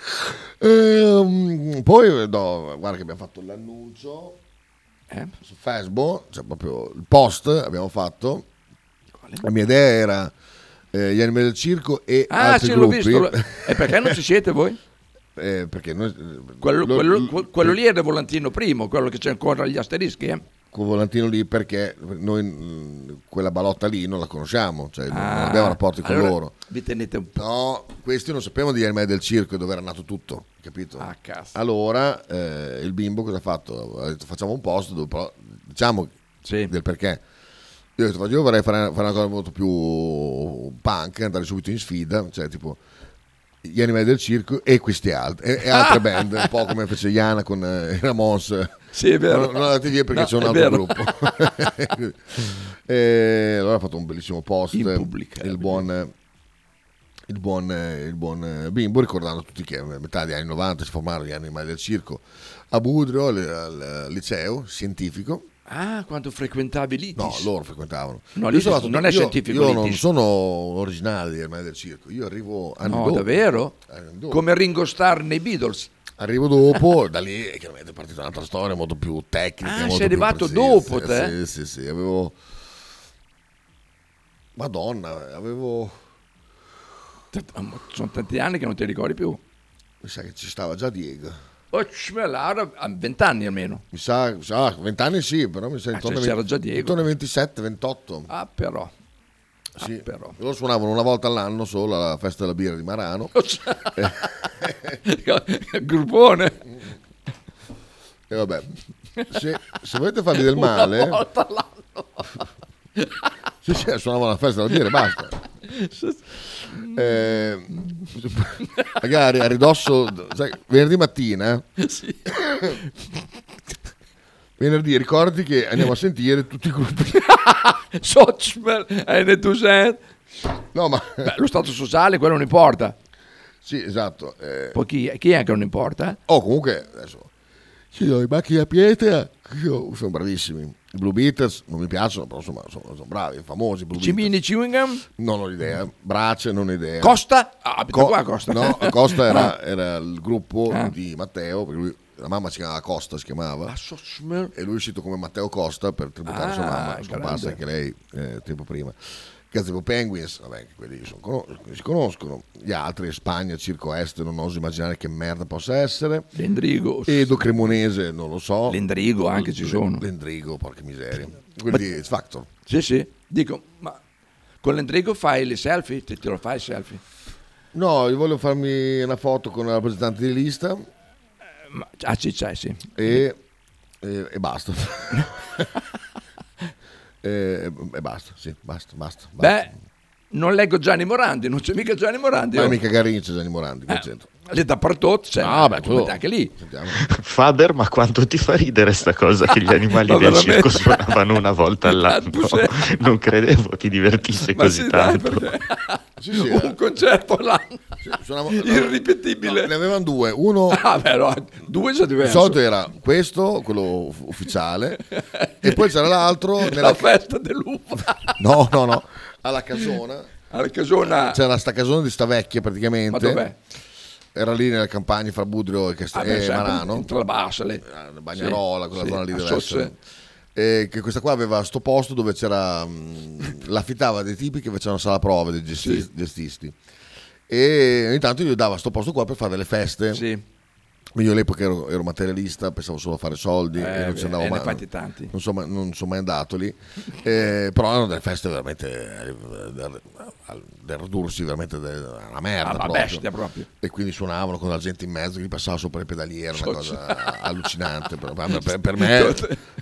S1: Ehm, poi, no, guarda che abbiamo fatto l'annuncio
S2: Eh?
S1: su Facebook, cioè proprio il post abbiamo fatto.
S2: Quale?
S1: La mia idea era eh, gli animali del circo e
S2: Ah,
S1: altri
S2: sì, l'ho
S1: gruppi.
S2: visto. lo- E perché non ci siete voi?
S1: Eh, perché noi eh,
S2: Quello,
S1: lo-
S2: quello-
S1: lo-
S2: que- quello lì era volantino primo, quello che c'è ancora agli asterischi, eh?
S1: col volantino lì perché noi mh, quella balotta lì non la conosciamo, cioè non- non abbiamo rapporti con
S2: Ah, allora
S1: loro.
S2: Vi tenete un po'.
S1: No, questi non sapevano di animali del circo e dove era nato tutto, capito?
S2: Ah, cazzo.
S1: Allora eh, il bimbo cosa ha fatto? Ha detto facciamo un post dove però diciamo
S2: Sì.
S1: del perché. Io, ho detto, "Guarda, io vorrei fare, fare una cosa molto più punk, andare subito in sfida, cioè tipo gli animali del circo e questi altri e, e altre band, un po' come fece Iana con eh, i Ramos.
S2: Sì, è vero.
S1: Non, non andate via perché
S2: No,
S1: c'è un
S2: è
S1: altro
S2: vero.
S1: gruppo. e allora ha fatto un bellissimo post
S2: Impubblicabile.
S1: il buon il buon, eh, il buon eh, bimbo, ricordando tutti che a metà degli anni 90 si formarono gli animali del circo a Budrio, le- al, al liceo scientifico.
S2: Ah, quando frequentavi l'ITIS.
S1: No, loro frequentavano.
S2: No,
S1: Io
S2: lì
S1: sono
S2: non è
S1: io-
S2: scientifico,
S1: Io
S2: lì
S1: non
S2: dici.
S1: sono un originale degli animali del circo, io arrivo anni
S2: No,
S1: dopo.
S2: davvero?
S1: Anni dopo.
S2: Come Ringo Starr nei Beatles.
S1: Arrivo dopo, da lì eh, chiaramente è partita un'altra storia molto più tecnica.
S2: Ah,
S1: molto
S2: sei
S1: più
S2: arrivato
S1: precisa.
S2: dopo
S1: Sì,
S2: te?
S1: sì, sì, avevo... Madonna, avevo...
S2: Sono tanti anni che non ti ricordi più.
S1: Mi sa che ci stava già Diego.
S2: Oh, Schmelar ha 20 anni almeno.
S1: Mi sa, mi sa, 20 anni sì, però mi sa intorno,
S2: cioè,
S1: ai
S2: c'era già Diego.
S1: intorno ai 27, 28.
S2: Ah, però. Ah,
S1: Sì.
S2: però.
S1: Loro suonavano una volta all'anno solo alla festa della birra di Marano.
S2: Gruppone.
S1: E vabbè, se, se volete farvi del male,
S2: Una volta l'anno.
S1: sì, sì, suonavano alla festa della birra e basta. Eh, magari a ridosso, sai, venerdì mattina,
S2: Sì.
S1: venerdì ricordi che andiamo a sentire tutti i gruppi.
S2: Sochmel, N2Z.
S1: No, ma
S2: Beh, lo stato sociale, quello non importa.
S1: sì, esatto. eh,
S2: Poi chi, chi è che non importa? eh?
S1: Oh, comunque, adesso. Sì, ho i bacchi da pietra. eh. io- sono bravissimi. I Blue Beatles non mi piacciono, però insomma, sono, sono bravi, famosi. i Blue Beaters.
S2: Cimini, Chewingham,
S1: Non ho idea. Brace, non ho idea.
S2: Mm. Costa. Ah, abita
S1: Co-
S2: qua Costa.
S1: No, Costa era, era il gruppo di Matteo, perché lui- la mamma si chiamava Costa, si chiamava.
S2: Ah, Sochmel.
S1: E lui è uscito come Matteo Costa per tributare
S2: Ah,
S1: sua mamma,
S2: grande.
S1: scomparsa anche lei eh, tempo prima. Gazebo Penguins, vabbè, anche quelli sono conos- si conoscono. Gli altri, Spagna, Circo Est, non oso immaginare che merda possa essere.
S2: Lendrigo.
S1: Edo Cremonese, non lo so.
S2: Lendrigo anche ci sono.
S1: Lendrigo, porca miseria. Quindi X Factor.
S2: Sì, sì. Dico, ma con l'Endrigo fai le selfie? Te, te lo fai il selfie?
S1: No, io voglio farmi una foto con la rappresentante di lista
S2: Ma, ah, sì, c'è, sì.
S1: e, e- e basta. e, e basta, sì, basta, basta. basta.
S2: Beh, non leggo Gianni Morandi, non c'è mica Gianni Morandi.
S1: Ma
S2: oh.
S1: mica Garini c'è Gianni Morandi,
S2: Eh.
S1: che c'entra?
S2: Lì da Partot c'è.
S1: Ah, beh, quello-
S2: cioè, anche lì.
S1: Sentiamo.
S5: Fader, ma quanto ti fa ridere sta cosa che gli animali
S2: Ma
S5: del
S2: veramente?
S5: circo suonavano una volta all'anno?
S2: Pusè.
S5: Non credevo ti divertisse
S2: Ma
S5: così
S2: sì, dai,
S5: tanto.
S2: perché
S1: Sì, sì,
S2: un
S1: eh.
S2: concerto all'anno
S1: Sì, suonavo-
S2: irripetibile.
S1: No, ne avevano due, uno
S2: Ah, beh, no, due sono
S1: di
S2: diversi.
S1: solito era questo, quello uf- ufficiale, e poi c'era l'altro,
S2: la
S1: nella-
S2: festa dell'uva
S1: no, no, no, alla casona.
S2: alla casona.
S1: C'era sta casona di sta vecchia
S2: Ah. Ma
S1: praticamente.
S2: dov'è?
S1: Era lì nelle campagne fra Budrio e, Cast-
S2: Ah, beh,
S1: e
S2: sai,
S1: Eh, Marano, Eh,
S2: Tra la bassa lì.
S1: Bagnarola, quella
S2: Sì,
S1: zona lì
S2: a
S1: deve
S2: Sosse.
S1: essere. E che questa qua aveva sto posto dove c'era mh, l'affittava dei tipi che facevano sala prove dei gesti- gestisti. E ogni tanto io dava sto posto qua per fare delle feste.
S2: Sì.
S1: Ma Io all'epoca ero, ero materialista, pensavo solo a fare soldi
S2: Eh,
S1: e non ci
S2: beh,
S1: andavo
S2: e ne
S1: mai.
S2: hai fatti tanti.
S1: Non sono, mai- non sono mai andato lì. Eh, però erano delle feste veramente eh, da- da ridursi veramente de- una merda.
S2: Ah, la
S1: proprio.
S2: bestia proprio.
S1: E quindi suonavano con la gente in mezzo che gli passava sopra le pedaliere, una
S2: Socio.
S1: cosa allucinante. Per, per- per me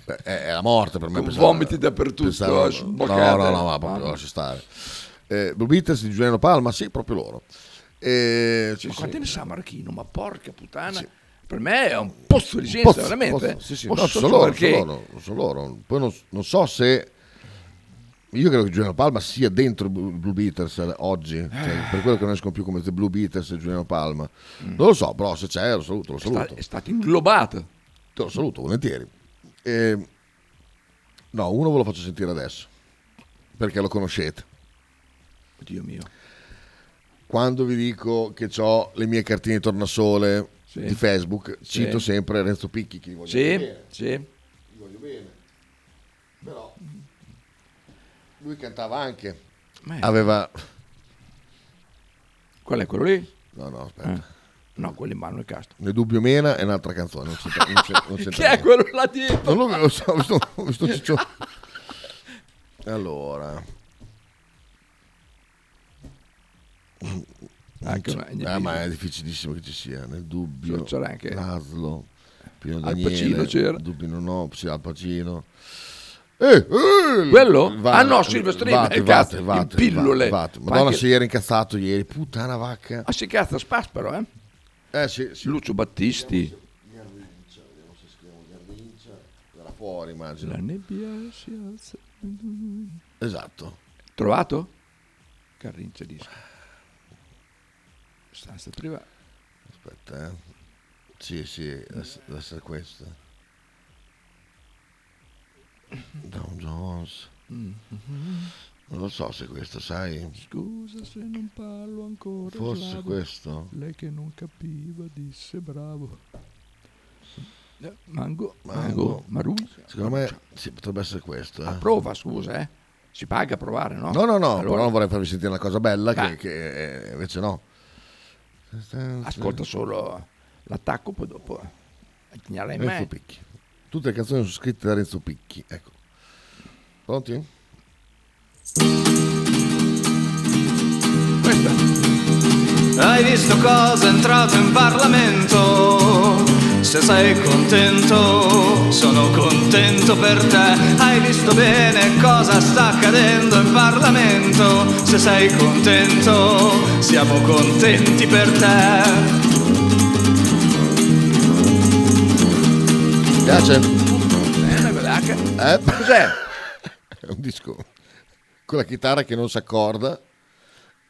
S1: eh, è la morte, per me
S2: Con
S1: pensavo-
S2: vomiti dappertutto, eh,
S1: no,
S2: sboccate.
S1: no, no, ma proprio
S2: Mamma.
S1: lascia stare. Eh, Blue Beatles di Giuliano Palma, sì, proprio loro. Eh, sì,
S2: Ma
S1: sì.
S2: quanti ne sa Marchino? Ma porca puttana. Per me è un pozzo di scienza,
S1: Pozzo,
S2: veramente.
S1: pozzo, sì, sì,
S2: Oh,
S1: no,
S2: so
S1: sono loro,
S2: perché-
S1: sono loro, sono loro. Poi non, non so se... Io credo che Giuliano Palma sia dentro i Blu- Blue Beaters oggi, cioè,
S2: Eh.
S1: per quello che non escono più come The Blue Beaters e Giuliano Palma. Non lo so, però se c'è lo saluto, lo
S2: Mm. sta-
S1: saluto,
S2: è stato inglobato.
S1: te lo saluto volentieri. E- No, uno ve lo faccio sentire adesso, perché lo conoscete.
S2: Oddio mio.
S1: Quando vi dico che ho le mie cartine tornasole
S2: Sì.
S1: di Facebook,
S2: Sì.
S1: cito sempre Renzo Picchi, chi li voglio
S2: Sì,
S1: vedere.
S2: sì.
S1: Gli voglio bene. Però lui cantava anche.
S2: Ma è-
S1: Aveva.
S2: Ah. Qual è quello lì? Eh.
S1: No, no, aspetta.
S2: No, quello in mano è Castro.
S1: Ne dubbio mena è un'altra canzone. Non c'entra, non c'entra, non c'entra
S2: Chi è
S1: niente.
S2: quello là dietro?
S1: Non lo vedo, lo so, ho visto, ho visto Ciccio. Allora.
S2: Anche una-
S1: Ah, ma è difficilissimo che ci sia. Nel dubbio.
S2: Cioè, c'era anche-
S1: Laszlo. Pino
S2: Al
S1: Daniele.
S2: Pacino c'era.
S1: Dubbio non ho. Sì, Al Pacino. Eh, eh,
S2: Quello?
S1: il Vate,
S2: Ah, no, Silvestrini,
S1: il Vate,
S2: eh,
S1: il Vate,
S2: cazzo,
S1: il Vate,
S2: in pillole.
S1: il Vate.
S2: Ma
S1: Madonna,
S2: anche-
S1: si era incazzato ieri. Puttana vacca.
S2: Ah, si cazzo, Spasparo, eh?
S1: Eh sì, sì.
S2: Lucio Battisti.
S1: Era fuori, immagino.
S2: La nebbia si alza.
S1: Esatto.
S2: Trovato? Carrincia di Stanza privata.
S1: Aspetta, eh. Sì, sì, adesso deve essere questa. Down Jones. Non lo so se questo, sai.
S2: Scusa se non parlo ancora.
S1: Forse
S2: slavo.
S1: questo.
S2: Lei che non capiva disse bravo. Eh, Mango,
S1: Mango.
S2: mango, marugia.
S1: Secondo me sì, potrebbe essere questo.
S2: A
S1: Eh.
S2: prova, scusa, eh. Si paga a provare, no?
S1: No, no, no,
S2: Allora,
S1: però non vorrei farvi sentire una cosa bella che,
S2: Ah.
S1: che, eh, invece no.
S2: ascolta solo l'attacco, poi dopo eh, segnala in
S1: Renzo
S2: me.
S1: Picchi. Tutte le canzoni sono scritte da Renzo Picchi. Ecco. Pronti?
S2: Questa
S6: Hai visto cosa è entrato in Parlamento? Se sei contento, sono contento per te. Hai visto bene cosa sta accadendo in Parlamento? Se sei contento, siamo contenti per te.
S1: Mi piace?
S2: è una velacca.
S1: Eh?
S2: Cos'è?
S1: È un disco con la chitarra che non si accorda.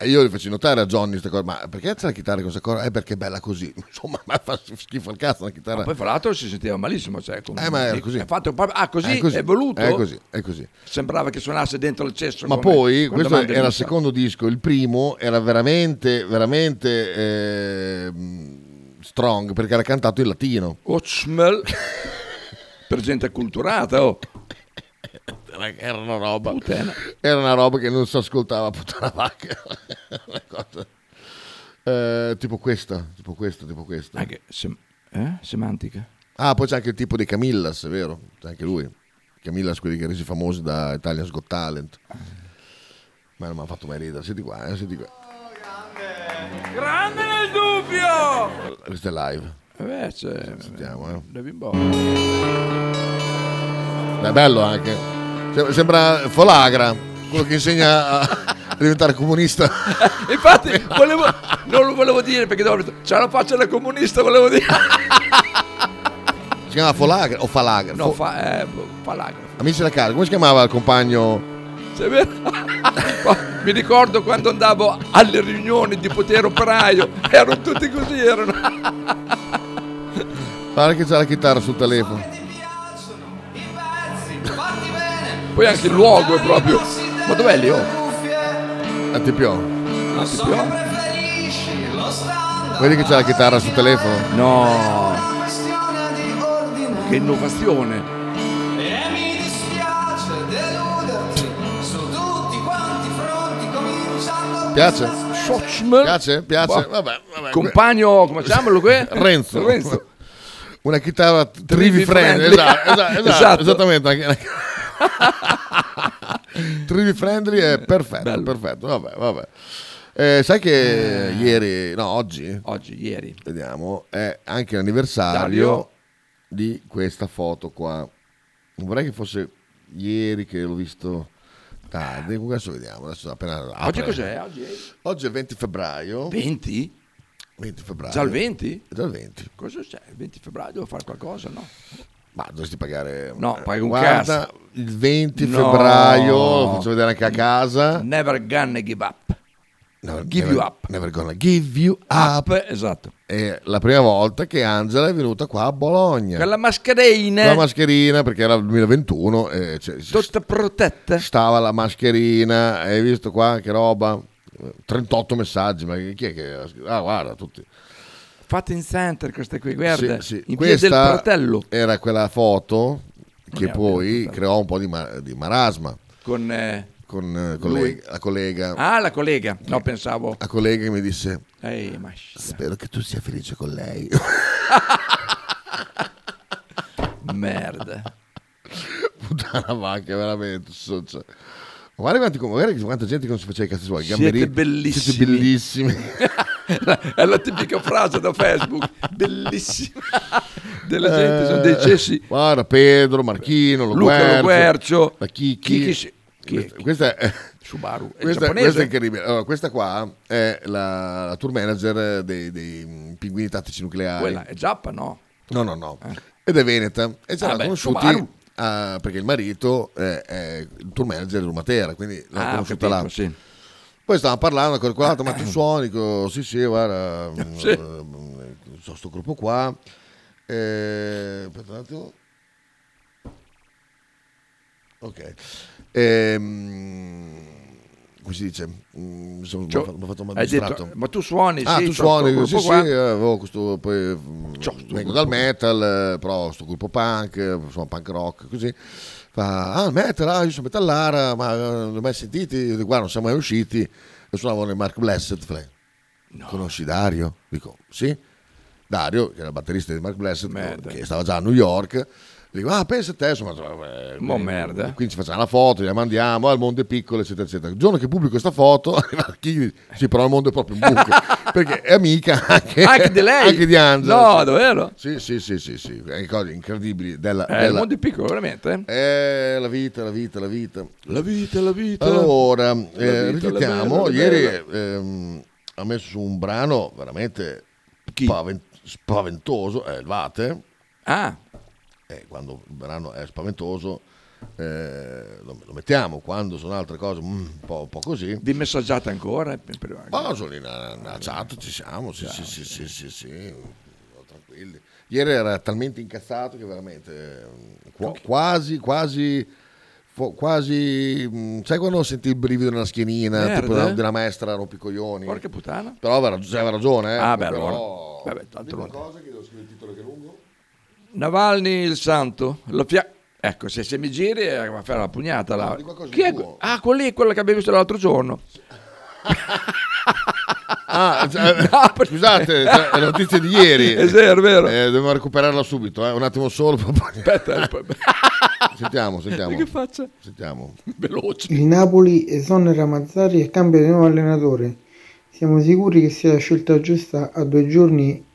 S1: E io gli faccio notare a Johnny questa cosa, ma perché c'è la chitarra che non si accorda? Eh, perché è bella così. Insomma, ma fa schifo al cazzo una chitarra.
S2: Ma poi fra l'altro si sentiva malissimo. Cioè, comunque.
S1: Eh, ma era così.
S2: È fatto proprio- ah, così,
S1: È così,
S2: è voluto.
S1: È così, è così.
S2: Sembrava che suonasse dentro il cesso.
S1: Ma
S2: come-
S1: poi
S2: quando
S1: questo
S2: manda il
S1: era il
S2: messaggio.
S1: secondo disco, il primo era veramente, veramente ehm, strong perché era cantato in latino.
S2: Otsmel per gente acculturata. Oh.
S1: Era una roba.
S2: Puttana.
S1: Era una roba che non si ascoltava puttana vacca. Una cosa. Eh, tipo questa, tipo questa, tipo questa.
S2: Anche sem- eh? Semantica.
S1: Ah, poi c'è anche il tipo di Camillas, è vero? C'è anche lui. Camillas, quelli che resi famosi da Italian's Got Talent. Ma non mi ha fatto mai ridere. Senti qua, eh, senti qua.
S7: Grande nel dubbio!
S1: Questo è live.
S2: Eh beh, c'è-
S1: Sentiamo, eh.
S2: David Bowie.
S1: È bello anche. Sem- Sembra Folagra, quello che insegna a a diventare comunista.
S2: Infatti, volevo, non lo volevo dire perché dopo ho detto, c'ha la faccia da comunista, volevo dire.
S1: Si chiama Folagra o Falagra?
S2: No,
S1: Fo-
S2: fa, eh, fa l'agrafo.
S1: Amici della casa, come si chiamava il compagno?
S2: Se è vero. Mi ricordo quando andavo alle riunioni di potere operaio, erano tutti così, erano.
S1: Guarda che c'è la chitarra sul telefono.
S2: Poi anche il luogo è proprio. Ma dov'è lì? Oh?
S1: A TPO.
S2: Ah, ti piace?
S1: Vedi che c'è la chitarra sul telefono?
S2: No, che innovazione!
S6: E mi dispiace deluderti su tutti quanti fronti, cominciando
S1: Piace?
S2: Sochmel.
S1: Piace? Piace?
S2: Boh.
S1: Vabbè, vabbè.
S2: Compagno, come si chiamalo qui?
S1: Renzo.
S2: Renzo.
S1: Una chitarra Trivi
S2: Trivi
S1: Friend.
S2: friendly.
S1: Esatto, esatto, esatto,
S2: Esatto.
S1: esattamente. anche- Trivi Friendly è perfetto,
S2: Bello.
S1: perfetto. Vabbè, vabbè. Eh, sai che ieri, no, oggi,
S2: Oggi, ieri.
S1: vediamo, è anche l'anniversario di questa foto qua. Vorrei che fosse ieri che l'ho visto tardi. Comunque Adesso vediamo. Adesso appena
S2: Oggi
S1: apre.
S2: cos'è? Oggi è il
S1: Oggi è il 20 febbraio.
S2: 20?
S1: 20 febbraio.
S2: Già il 20?
S1: Già il 20.
S2: Cosa c'è? Il 20 febbraio devo fare qualcosa, no?
S1: Ma dovresti pagare.
S2: No,
S1: eh,
S2: pago un
S1: guarda,
S2: cazzo.
S1: Il 20
S2: No.
S1: febbraio, lo faccio vedere anche a casa.
S2: Never gonna give up.
S1: Never-
S2: give
S1: never-
S2: you up.
S1: Never gonna give you up.
S2: Up, esatto.
S1: È la prima volta che Angela è venuta qua a Bologna.
S2: Quella eh. mascherina
S1: La mascherina, perché era il 2021, e cioè, si
S2: tutta protetta.
S1: stava la mascherina. Hai visto qua che roba? 38 messaggi, ma chi è che. ha scritto? Ah, guarda, tutti.
S2: Fatta in center questa qui, guarda.
S1: Sì, sì.
S2: In via
S1: Questa
S2: del fratello.
S1: Era quella foto che
S2: abbiamo
S1: poi
S2: portato.
S1: creò un po' di, ma- di marasma
S2: Con... eh,
S1: con eh, collega- la collega.
S2: Ah, la collega. No, pensavo...
S1: La collega che mi disse:
S2: Ehi, ma... scia-
S1: Spero che tu sia felice con lei.
S2: Merda.
S1: Puttana vacca, veramente. so- cioè. Ma Guarda quanti, guarda quanta gente che non si faceva i cazzi suoi.
S2: Siete bellissimi.
S1: Siete bellissimi.
S2: È la tipica frase da Facebook, bellissima. Della gente, sono dei cessi.
S1: Eh, Guarda, Pedro, Marchino, Lo
S2: Luca Lo Guercio,
S1: la Chicchi.
S2: Chicchi si- chi è?
S1: Questa, questa è,
S2: Subaru. È
S1: questa,
S2: giapponese?
S1: questa è incredibile. Allora, questa qua è la, la tour manager dei, dei, mm, pinguini tattici nucleari.
S2: Quella è Giappa, no?
S1: No, no, no. Ed è veneta. E ce
S2: Ah,
S1: l'ha
S2: beh,
S1: conosciuta
S2: Subaru.
S1: ah, perché il marito è, è il tour manager di Rumatera, quindi l'ha
S2: Ah, ho
S1: conosciuta Esatto, là.
S2: capito, sì.
S1: Poi stavamo parlando con quell'altro, ma tu suoni? Dico, sì, sì, guarda, mm, eh, so sto gruppo qua. Eh, aspetta un attimo. Ok. Ehm, come si dice? Mm, Mi sono mi ha
S2: Cioè,
S1: fatto- mi ha fatto mal
S2: hai
S1: distratto.
S2: detto, ma tu suoni?
S1: Ah,
S2: sì,
S1: tu
S2: c'ho sto
S1: suoni,
S2: gruppo
S1: sì, sì,
S2: qua. Cioè,
S1: eh, avevo questo, poi mh,
S2: C'ho sto
S1: vengo dal metal, eh, però sto gruppo punk, eh, insomma punk rock, così. Fa, ah, il metal, ah, io sono metallara, ma eh, non l'ho mai sentiti, guarda, non siamo mai usciti, e suonavo nel Mark Blessed, fra- Conosci Dario? Dico, sì. Dario, che era batterista di Mark Blessed,
S2: Merda.
S1: che stava già a New York. Dico, ah, pensa te, insomma, eh,
S2: Mo' merda.
S1: Quindi ci facciamo la foto, la mandiamo, al mondo è piccolo, eccetera, eccetera. Il giorno che pubblico questa foto, arriva chi dice, sì, però il mondo è proprio un buco, perché è amica anche,
S2: Anche di lei?
S1: anche di Angela.
S2: No, davvero?
S1: Sì, sì, sì, sì, sì, Eh, cose incredibili della...
S2: Eh, il
S1: della-
S2: mondo è piccolo, veramente.
S1: Eh, la vita, la vita, la vita.
S2: La vita, la vita.
S1: Allora,
S2: la
S1: eh, riflettiamo.
S2: bella, la
S1: Ieri ehm, ha messo su un brano veramente spaven- spaventoso, è il Vate.
S2: Ah,
S1: Eh, quando il brano è spaventoso eh, lo, lo mettiamo, quando sono altre cose mm, un, po', un po' così.
S2: vi messaggiate ancora? Eh, Per- per-
S1: Ma sono lì una, una chat, ci siamo, sì, sì, sì, sì, sì, sì, tranquilli. Ieri era talmente incazzato che veramente eh, qua- quasi, quasi, fo- quasi, mm, sai quando senti il brivido nella schienina,
S2: Merda,
S1: tipo della,
S2: eh?
S1: della maestra rompicoglioni.
S2: Porca puttana.
S1: Però aveva, rag- aveva ragione, eh.
S2: Ah, beh,
S1: Però-
S2: allora. Vabbè, tanto
S1: Dimmi
S2: non-
S1: una cosa che devo scrivere il titolo che è lungo.
S2: Navalny il santo. Lo fia- Ecco, se, se mi giri eh, va a fare la pugnata. là.
S1: di qualcosa
S2: Chi è?
S1: tuo.
S2: Ah, quello lì, quello che abbiamo visto l'altro giorno.
S1: Ah, cioè,
S2: No, per-
S1: scusate, cioè, è la notizia di ieri.
S2: Eh sì, è vero.
S1: Eh, dobbiamo recuperarla subito, eh. un attimo solo. poi-
S2: Aspetta, eh, poi-
S1: Sentiamo, sentiamo.
S2: che faccia?
S1: Sentiamo.
S2: Veloce.
S8: Il Napoli esonera Mazzarri e cambia di nuovo allenatore. Siamo sicuri che sia la scelta giusta a due giorni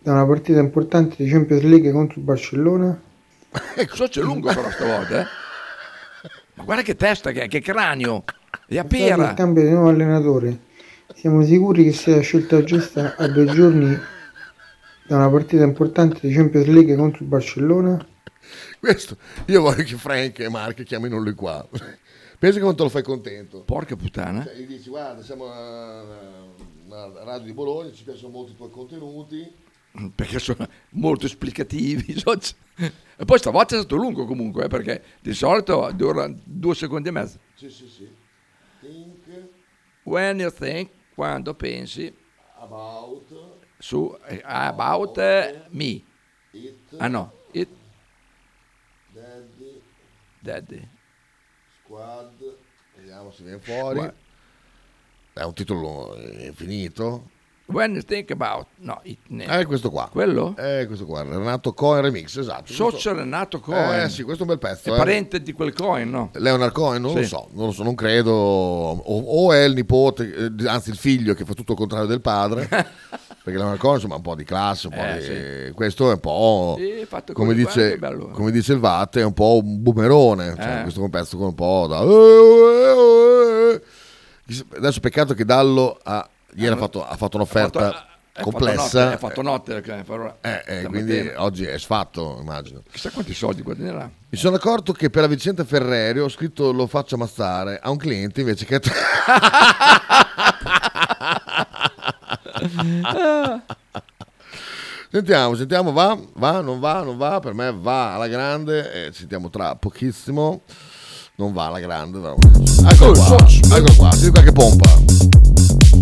S8: da una partita importante di Champions League contro il Barcellona?
S2: Ecco, so c'è lungo però stavolta, eh. Ma guarda che testa che è, che cranio. È a
S8: Mazzarri
S2: pera.
S8: e cambia di nuovo allenatore. Siamo sicuri che sia la scelta giusta a due giorni da una partita importante di Champions League contro il Barcellona?
S1: Questo, io voglio che Frank e Mark chiamino lui qua. Pensa quanto lo fai contento.
S2: Porca puttana.
S1: Cioè, Gli dici, guarda, siamo a una radio di Bologna, ci piacciono molto i tuoi contenuti.
S2: Perché sono molto esplicativi. so- E poi stavolta è stato lungo comunque, eh, perché di solito dura due secondi e mezzo.
S1: Sì, sì, sì. Think
S2: When you think, quando pensi,
S1: about
S2: su eh, about eh, me.
S1: it,
S2: Ah no, it
S1: daddy,
S2: daddy.
S1: squad. Vediamo se viene fuori. È un titolo eh, infinito.
S2: When you think about, no, it ne-
S1: Eh, questo qua.
S2: quello?
S1: Eh, questo qua, Renato Cohen Remix, esatto.
S2: Socio Renato Cohen.
S1: Eh sì, questo è un bel pezzo.
S2: è
S1: eh.
S2: parente di quel Cohen, no?
S1: Leonard Cohen, non lo
S2: Sì.
S1: so, non lo so, non credo, o, o è il nipote, eh, anzi il figlio che fa tutto il contrario del padre, perché Leonard Cohen insomma ha un po' di classe, un po'
S2: Eh,
S1: di... questo è un po',
S2: Sì, fatto
S1: come,
S2: così, guarda
S1: dice,
S2: che bello.
S1: come dice il Vatte, è un po' un boomerone, cioè,
S2: Eh.
S1: questo è un pezzo con un po' "Eh, da... Adesso peccato che Dallo ha, ieri ha fatto, ha fatto un'offerta
S2: Eh, Ha fatto- ha- ha
S1: complessa,
S2: fatto notte, ha fatto notte, eh, farò-
S1: eh, eh,
S2: stamattina.
S1: quindi oggi è sfatto, immagino.
S2: Chissà quanti soldi guadagnerà.
S1: Mi sono accorto che per la Vicente Ferrerio ho scritto lo faccio ammazzare a un cliente invece che a te. sentiamo, sentiamo, va, va, non va, non va, per me va alla grande, eh, sentiamo tra pochissimo, non va alla grande. però- Eccolo qua, eccolo qua, senti qua che pompa.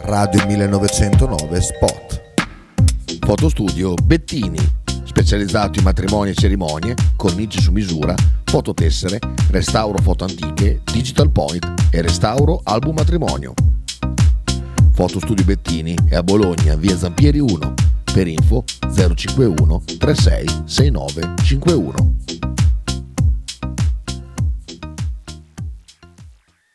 S9: Radio 1909 Spot.
S1: Fotostudio Bettini, specializzato in matrimoni e cerimonie, cornici su misura, fototessere, restauro foto antiche, digital point e restauro album matrimonio. Fotostudio Bettini è a Bologna, via Zampieri 1, per info 051 36 69 51.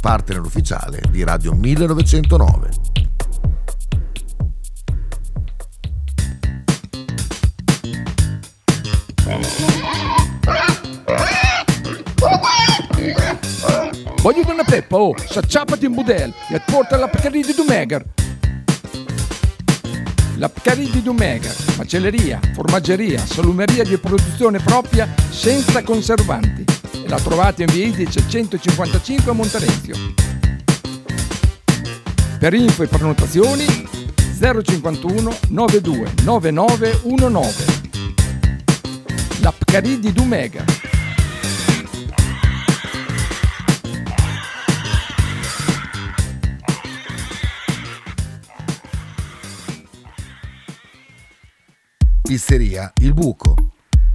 S9: partner ufficiale di Radio 1909.
S2: Voglio una peppa, oh, s'acciappati in budel e porta la Pcaridi di Dumegar. La Pcaridi di Dumegar, macelleria, formaggeria, salumeria di produzione propria senza conservanti. E la trovate in via Idice 155 a Monterezio. Per info e prenotazioni 051 92 9919. La Pcaridi di Dumegar.
S9: Pizzeria Il Buco.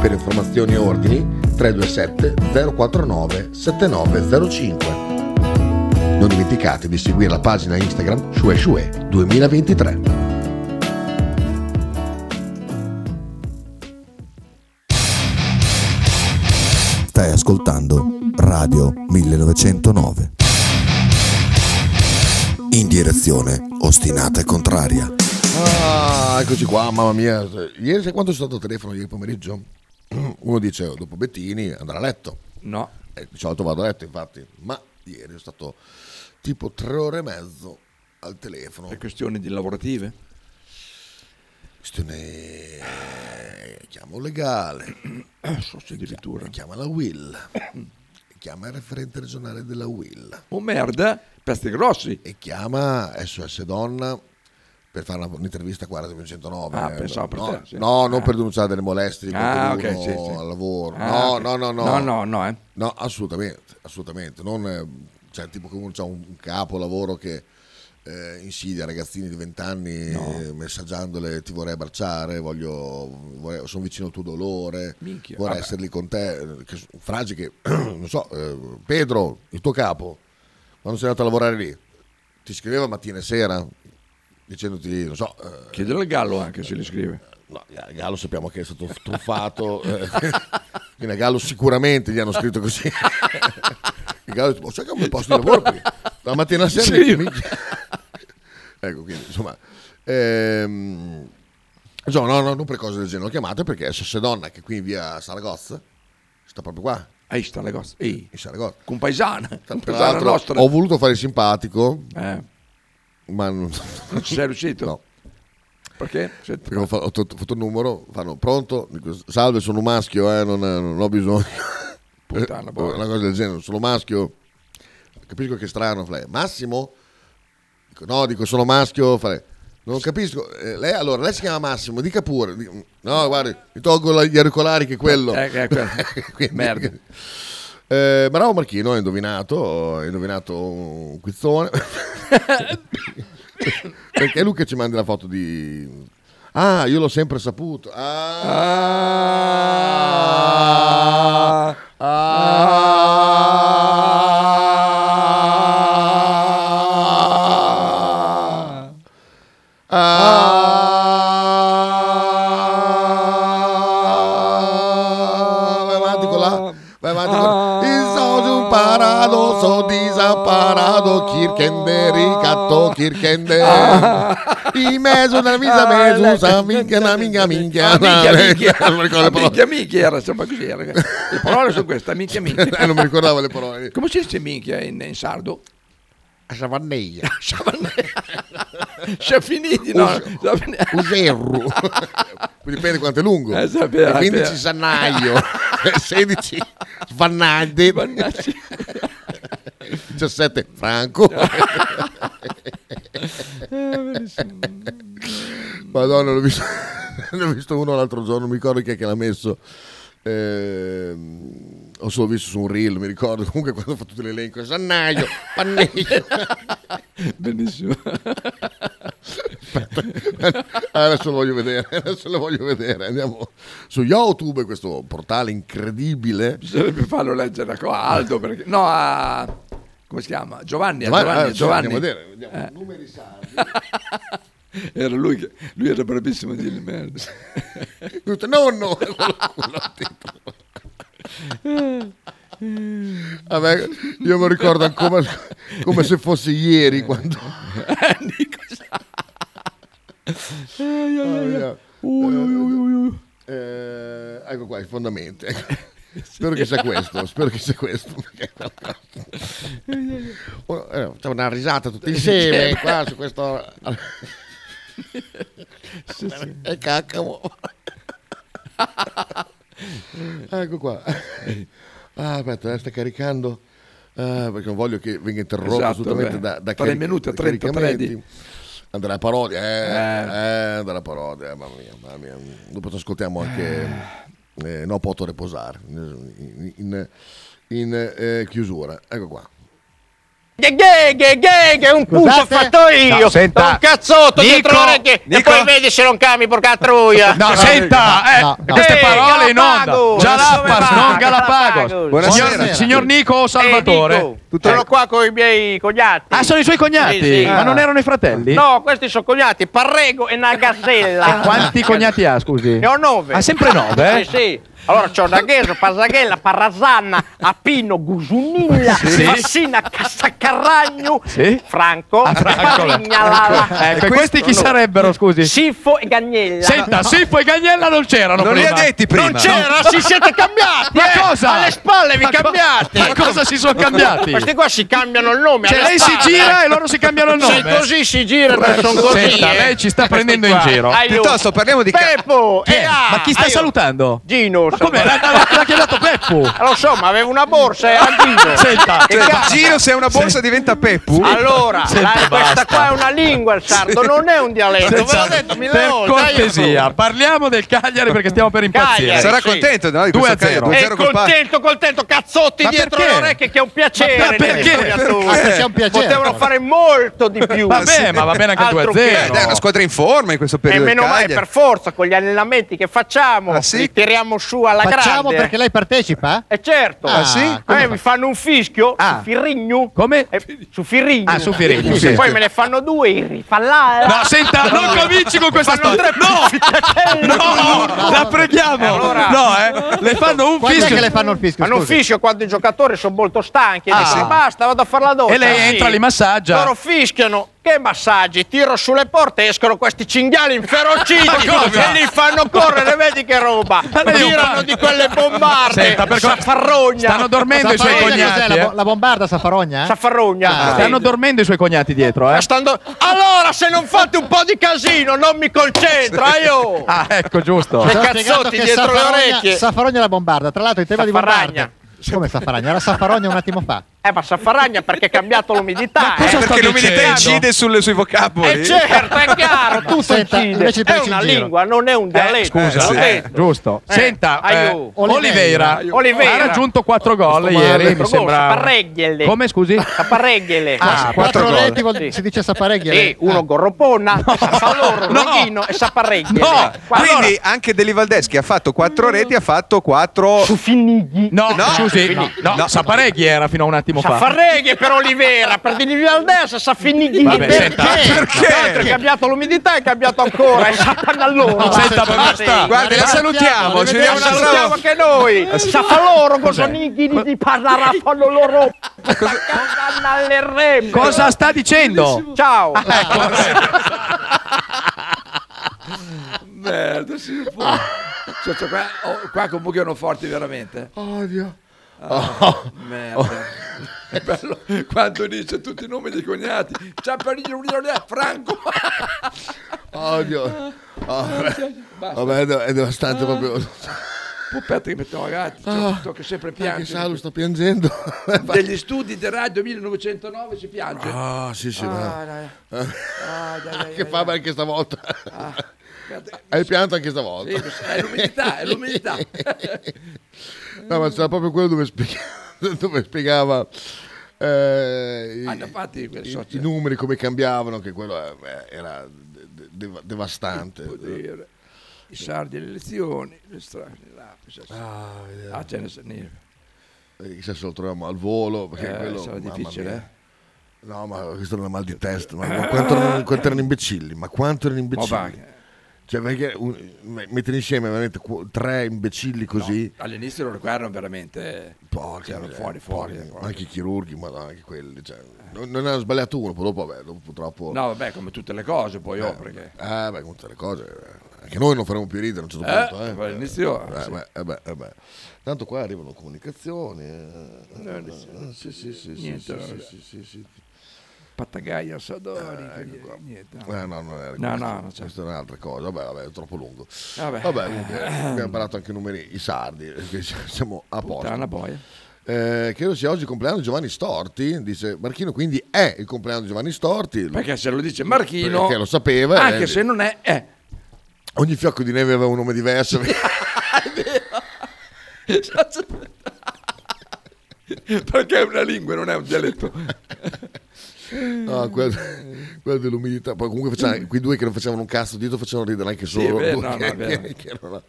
S1: Per informazioni e ordini 327 049 7905. Non dimenticate di seguire la pagina Instagram Shue Shue 2023.
S9: Stai ascoltando Radio 1909. In direzione ostinata e contraria.
S1: Ah, eccoci qua, mamma mia. Ieri sai quanto sono stato al telefono ieri pomeriggio? Uno dice "Oh, dopo Bettini andrà a letto.
S2: No.
S1: E di solito vado a letto infatti, ma ieri sono stato tipo tre ore e mezzo al telefono.
S2: Per questioni di lavorative?
S1: Questione... eh, Chiamo legale.
S2: So se addirittura.
S1: Chiama la Will. Chiama il referente regionale della Will.
S2: Oh merda, peste grossi.
S1: E chiama SOS Donna per fare una- un'intervista qua a Radio 109.
S2: Ah, pensavo per
S1: no,
S2: te, sì.
S1: no, non per denunciare delle molestie di
S2: Ah,
S1: qualcuno
S2: ok, sì, sì.
S1: al lavoro.
S2: Ah,
S1: no,
S2: ok.
S1: no, no, no.
S2: No, no, no, eh.
S1: No, assolutamente, assolutamente. Non, eh, cioè, tipo che uno ha un, un capo lavoro che eh, insidia ragazzini di 20 anni eh, messaggiandole ti vorrei abbracciare, voglio, vorrei- sono vicino al tuo dolore,
S2: Minchia,
S1: vorrei
S2: vabbè.
S1: essere lì con te. eh, Che, sono frasi che, non so, eh, Pedro, il tuo capo, quando sei andato a lavorare lì, ti scriveva mattina e sera dicendoti, non so... eh,
S2: Chiedere al gallo anche se li scrive.
S1: No, eh, Gallo sappiamo che è stato truffato, eh, quindi a Gallo sicuramente gli hanno scritto così. Il Gallo dice, "Ma sai che ho un bel posto di lavoro qui? La mattina alla sera...
S10: Sì.
S1: minchia." ecco, quindi insomma... ehm, insomma, no, no, non per cose del genere, l'ho chiamata perché è Sosse Donna che qui in via Saragozza sta proprio qua.
S2: Ehi, Saragozza. Ehi.
S1: In Saragozza.
S2: Con paesana. Con
S1: Tra
S2: paesana
S1: l'altro,
S2: nostra.
S1: ho voluto fare il simpatico,
S2: Eh.
S1: ma non...
S2: Non ci sei riuscito?
S1: No.
S2: Perché? Se-
S1: Perché ho fa- ho fatto, ho fatto un numero, fanno pronto, dico, salve sono un maschio, eh, non, non ho bisogno.
S2: Puttana,
S1: una cosa del genere, sono maschio. Capisco che è strano, Fle. Massimo, Dico, no, dico sono maschio. fare- Non capisco. Eh, lei, allora, lei si chiama Massimo, dica pure. Dico, no, guardi, mi tolgo la- gli auricolari che è quello.
S10: Eh, eh, quello.
S1: Quindi-
S10: Merda.
S1: Eh, bravo Marchino, hai indovinato, hai indovinato un quizzone. Perché è lui che ci manda la foto di... Ah, io l'ho sempre saputo.
S10: Ah.
S1: Ah. Ah, vai avanti con la vai avanti con la il sono um parado so disaparado kirkenderi catto kirkenderi in mezzo una misa mesusa minchia una minchia minchia
S2: minchia, minchia.
S1: non mi ricordo le parole
S2: Minchia, minchia, era sempre così. era- Le parole sono queste, minchia, minchia.
S1: Eh, non mi ricordavo le parole.
S2: Come si dice minchia in, in sardo?
S1: A Savanneglia.
S2: Sciafiniti, no?
S1: Userru. Quindi dipende quanto é è lungo.
S10: Eh, sapeva,
S1: E 15
S10: sapeva.
S1: sannaio, 16 svannagdi, 17 franco. Madonna, l'ho visto, ne ho visto uno l'altro giorno, non mi ricordo chi è che l'ha messo. Ehm, ho solo visto su un reel, mi ricordo comunque quando fa tutto l'elenco. Sannaio, panneglio.
S10: Benissimo.
S1: Aspetta, adesso lo voglio vedere, adesso lo voglio vedere. Andiamo su YouTube, questo portale incredibile.
S2: Bisognerebbe farlo leggere a co- a Aldo perché... No, a... Come si chiama? Giovanni, a
S1: Giovanni,
S2: Giovanni,
S1: eh, sì,
S2: Giovanni.
S1: andiamo a vedere, vediamo, numeri
S2: sardi. era lui che... Lui era bravissimo a dire merda.
S1: Tutto, nonno! Quello- quello titolo. Vabbè, io mi ricordo ancora come se fosse ieri quando... Eh, ecco qua i fondamenti. ecco. Spero che sia questo, spero che sia questo. perché è qualcosa. Oh, eh, Facciamo una risata tutti insieme qua su questo... E caccamo. Ecco qua. Ah, aspetta, la sta caricando. Ah, perché non voglio che venga interrotto
S2: Esatto,
S1: assolutamente
S2: beh.
S1: da, da
S2: Tre
S1: cari-
S2: minuti e
S1: da caricamenti.
S2: 33 di-
S1: Andrà a parodia, eh,
S2: Eh.
S1: eh, andrà a parodia, eh, mamma mia, mamma mia. Dopo ci ascoltiamo anche eh, No Poto Reposare in, in- in, eh, chiusura. Ecco qua.
S11: Che che che Eh, che che un puto ho
S1: Scusate?
S11: fatto io!
S1: No, senta.
S11: un cazzotto
S1: Nico,
S11: dietro le orecchie! E
S1: Nico.
S11: poi vedi se non cambi, porca troia!
S12: No, senta, eh, queste parole in onda. Jalappas, non
S11: Galapagos.
S12: Galapagos. Signor, signor Nico o Salvatore. Tutto-
S11: sono qua con i miei cognati.
S12: Ah, sono i suoi cognati?
S11: Sì, sì.
S12: Ma non erano i fratelli?
S11: No, questi sono cognati, Parrego e Nagazzella.
S12: Quanti cognati ha, scusi?
S11: Ne ho nove.
S12: Ah, sempre nove, eh?
S11: Sì, sì. Allora c'ho Nagheso, Pasaghella, Parrazanna, Apino, Gusunilla,
S12: Sì.
S11: Fassina, Castaccarragno,
S12: Sì. Ah,
S11: Franco, eh, Parignalala.
S12: Ecco, e questi chi
S11: Sono
S12: sarebbero, scusi?
S11: Siffo e Gagnella.
S12: Senta, Siffo e Gagnella non c'erano
S11: Non li
S12: prima.
S11: ha detti prima. Non c'era, si siete cambiati,
S12: Ma
S11: eh.
S12: cosa?
S11: Alle spalle vi
S12: Ma co-
S11: cambiate.
S12: Ma cosa si sono cambiati?
S11: Questi qua si cambiano il nome.
S12: Cioè,
S11: alle
S12: lei si
S11: spalle.
S12: gira e loro si cambiano il
S11: Se
S12: nome.
S11: così si gira,
S12: Prego.
S11: sono così.
S12: Senta,
S11: eh.
S12: lei ci sta prendendo in
S11: Questi qua.
S12: giro.
S11: Aiuto.
S12: Piuttosto parliamo di ca-
S11: Beppo.
S12: Chi è?
S11: eh, ah,
S12: Ma chi sta
S11: aiuto.
S12: salutando?
S11: Gino. Ma
S12: come? L'ha, l'ha- l'ha chiamato Peppu.
S11: Lo so, ma aveva una borsa e a Gino.
S12: Senta,
S11: Che
S12: cioè,
S11: cazzo?
S12: Gino,
S13: se è una borsa diventa Peppu.
S11: Allora,
S12: Senta,
S11: la-
S12: basta.
S11: questa qua è una lingua il sardo, non è un dialetto. Ve l'ho
S12: Senta,
S11: detto mille
S12: per
S11: volte.
S12: cortesia, parliamo del Cagliari perché stiamo per impazzire.
S11: Cagliari, Sarà sì.
S13: contento, no, di questo
S12: 2 a 0.
S13: Cagliari,
S11: E contento, contento, cazzotti
S12: Ma
S11: dietro
S12: perché?
S11: le orecchie che è un piacere.
S12: Ma perché?
S11: nelle
S13: Perché?
S11: creature.
S13: Ah, sia un piacere.
S11: Potevano fare molto di più.
S13: Sì.
S11: Altro che-
S13: Beh,
S14: Eh.
S13: dai, è una squadra in forma in questo
S11: E
S13: periodo.
S11: meno
S13: del
S11: male
S13: Cagliari.
S11: per forza con gli allenamenti che facciamo,
S12: Ah,
S11: li tiriamo su alla
S14: Facciamo
S11: grande.
S14: Eh, perché lei partecipa?
S11: E certo,
S14: Ah, sì?
S11: Eh, mi fanno un fischio su Firrigno. Come? su Firrigno.
S12: Ah, su Firrigno,
S11: E
S12: sì.
S11: Poi me ne fanno due, i rifallare.
S12: No, senta, non cominci con questa storia. No! Eh, No! La preghiamo! No, eh! Le fanno un
S11: Quando è
S12: fischio.
S11: che le fanno il fischio? Fanno un fischio quando i giocatori sono molto stanchi. E
S12: Ah.
S11: dicono basta, vado a fare la doccia.
S12: E lei
S11: Sì.
S12: entra, li massaggia.
S11: Loro fischiano. Che massaggi? Tiro sulle porte, escono questi cinghiali inferociti
S12: Ma cosa?
S11: e li fanno correre, vedi che roba.
S12: lei è un
S11: Tirano
S12: pazzo.
S11: di quelle bombarde.
S12: Senta, per cor-
S11: Saffarrogna.
S12: Stanno dormendo i suoi
S11: Saffarrogna,
S12: cognati, Ah,
S11: cos'è la
S12: eh?
S11: bo-
S14: Cioè, La bombarda Safarogna?
S11: Safarogna.
S13: Ah,
S12: Stanno dormendo i suoi cognati dietro, eh?
S11: Stanno- Allora, se non fate un po' di casino, non mi concentro, ah, io.
S12: Ah, ecco, giusto.
S13: Cioè,
S14: Ci
S11: Che
S14: ho
S11: cazzotti
S14: spiegato che
S11: dietro le
S14: Safarogna-
S11: orecchie.
S14: Safarogna e la bombarda. Tra l'altro, il tema di
S11: Saffaragna.
S14: bombarda. Come Safaragna? Era Safarogna un attimo fa.
S11: Eh, ma Saffaragna perché ha cambiato l'umidità. eh.
S13: Perché l'umidità incide sulle- sui vocaboli.
S11: Eh certo, è chiaro, tutto
S14: Senta,
S11: incide.
S14: invece
S11: È
S14: presi
S11: una
S14: in giro.
S11: lingua, non è un dialetto.
S13: Eh, scusa,
S11: l'ho
S13: sì.
S11: detto.
S15: Giusto.
S11: Eh,
S15: Senta, eh,
S11: aiù.
S15: Oliveira,
S11: Oliveira.
S15: ha raggiunto 4 gol ieri, mi sembra.
S11: Saparegliele.
S15: Come scusi?
S11: Saparegliele.
S15: Ah, quattro
S14: Quattro
S15: gol.
S14: reti vuol- si dice sapareglia.
S11: Sì, uno Gorroponna, Sappalloro, Leghino e Saparegliele.
S13: No,
S11: Guarda,
S13: quindi anche Deli Valdeschi ha fatto 4 reti, ha fatto 4
S11: Mm. su Finigli.
S15: No,
S13: no,
S15: scusi, no, no, Sapareghi era fino a un attimo fa.
S11: Saffarreghe per Olivera, per Di Valdese, Saffinighi
S15: Vabbè, senta,
S11: Perché? Tanto è cambiato l'umidità, è cambiato ancora, è Sapannalloro.
S13: Senta, ma basta. Guarda, la salutiamo, ci vediamo
S11: La
S13: un'altra
S11: salutiamo
S13: volta.
S11: anche noi.
S13: As-
S11: Saffaloro, Gosonighini di Pararafanno loro. Cannallerremo.
S15: Cosa sta dicendo?
S11: Ciao.
S2: Merda, si può.
S1: Ah.
S2: Cioè, cioè, qua, oh, qua convocano forti veramente.
S1: Odio.
S2: Ah,
S1: Oh.
S2: Merda.
S1: Oh.
S2: È bello quando dice tutti i nomi dei cognati. Ciampanino, Franco.
S1: Odio. Oh,
S2: Basta.
S1: vabbè. Vabbè, è devastante proprio.
S2: Puppetta che mettiamo avanti,
S1: Ah.
S2: cioè, tocca sempre piangere.
S1: Anche Salo sta piangendo.
S2: Degli studi di Radio 1909 si piange.
S1: Ah, sì, sì,
S2: Ah,
S1: dai.
S2: dai. Ah, dai, dai,
S1: Che
S2: dai,
S1: fame
S2: dai.
S1: anche stavolta.
S2: Ah. Guarda,
S1: Hai pianto anche stavolta.
S2: Sì, è l'umidità, è l'umidità.
S1: no, ma c'era proprio quello dove, spiega- dove spiegava eh,
S2: Ah,
S1: i-
S2: infatti, per
S1: i,
S2: social.
S1: i numeri come cambiavano, che quello eh, beh, era de- de- deva- devastante.
S2: Dire, I sardi alle elezioni, le strane lapici. Ah, ce ne sono.
S1: Eh, Chissà se lo troviamo al volo, perché
S2: Eh,
S1: quello
S2: sarà
S1: mamma
S2: difficile, eh.
S1: mia. No, ma questo non è mal di testa, ma, ma quanto, erano, quanto erano imbecilli, ma quanto erano imbecilli.
S2: Ma va.
S1: Cioè, perché un- me- mettere insieme veramente qu- tre imbecilli così,
S2: All'inizio loro qua erano veramente erano fuori, fuori. fuori.
S1: eh, anche i chirurghi, ma no, anche quelli, cioè, non, non hanno sbagliato uno, poi dopo, vabbè, dopo purtroppo...
S2: No, vabbè, come tutte le cose poi, oh,
S1: Eh,
S2: perché...
S1: Eh, beh, con tutte le cose. eh, Anche noi non faremo più ridere a un certo
S2: Eh,
S1: punto. Eh.
S2: poi all'inizio,
S1: Eh,
S2: sì.
S1: beh, eh, beh, eh, beh. Tanto qua arrivano comunicazioni. eh, eh, eh, sì, sì, sì, sì,
S2: Niente,
S1: sì, sì,
S2: vabbè.
S1: sì, sì, sì.
S2: Patagaia, Sadori,
S1: Eh,
S2: quindi-
S1: ecco qua.
S2: niente.
S1: Eh, no, non era
S2: No,
S1: questo.
S2: no, non c'è.
S1: Questa è un'altra cosa. Vabbè, vabbè, è troppo lungo.
S2: Vabbè.
S1: Vabbè, comunque, abbiamo parlato anche numeri i sardi. perché Siamo a posto.
S2: Puttana boia.
S1: Eh, credo sia oggi il compleanno di Giovanni Storti. Dice Marchino, quindi è il compleanno di Giovanni Storti.
S2: Perché se lo dice Marchino...
S1: Perché lo sapeva,
S2: Anche
S1: eh,
S2: se non è... eh,
S1: Ogni fiocco di neve aveva un nome diverso.
S2: Mm. Perché è una lingua, non è un dialetto.
S1: No, quello, quello Ah, dell'umidità. Poi comunque facevano- quei due che non facevano un cazzo dietro facevano ridere anche
S2: Mm. Sì,
S1: solo.
S2: è vero,
S1: Due
S2: no,
S1: che-
S2: no, è vero.
S1: che- che erano là.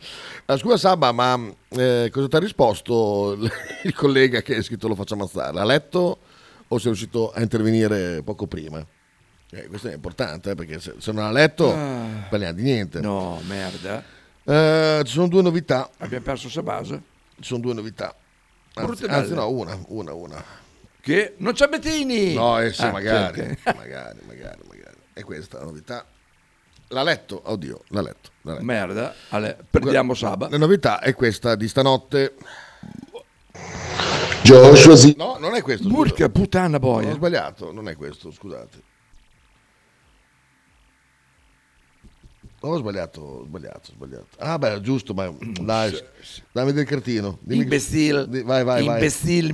S1: Ah, scusa Sabba, ma eh, cosa ti ha risposto l- il collega che ha scritto lo faccia ammazzare? L'ha letto o sei riuscito a intervenire poco prima? Eh, questo è importante eh, perché se, se non l'ha letto
S2: Ah.
S1: parliamo di niente.
S2: No, merda.
S1: Eh, ci sono due novità.
S2: Abbiamo perso Sabasa.
S1: Ci sono due novità. Anzi,
S2: Brutte
S1: anzi,
S2: belle.
S1: no, una, una, una.
S2: Che non c'è Bettini.
S1: No, eh sì,
S2: Ah,
S1: magari,
S2: sì, ok.
S1: magari, magari, magari. E questa è la novità. L'ha letto, oddio, l'ha letto. l'ha letto.
S2: Merda, Ale, perdiamo Saba.
S1: La novità è questa di stanotte.
S10: Joshua Si-
S1: No, non è questo.
S2: Porca puttana
S1: Ho
S2: boia.
S1: sbagliato, non è questo, scusate. Ho sbagliato, ho sbagliato, ho sbagliato. Ah beh, giusto, ma dai, dammi del cartino. Dimmi che-
S2: Mm, Imbecil.
S1: Di- Vai, vai, vai.
S2: Imbecil,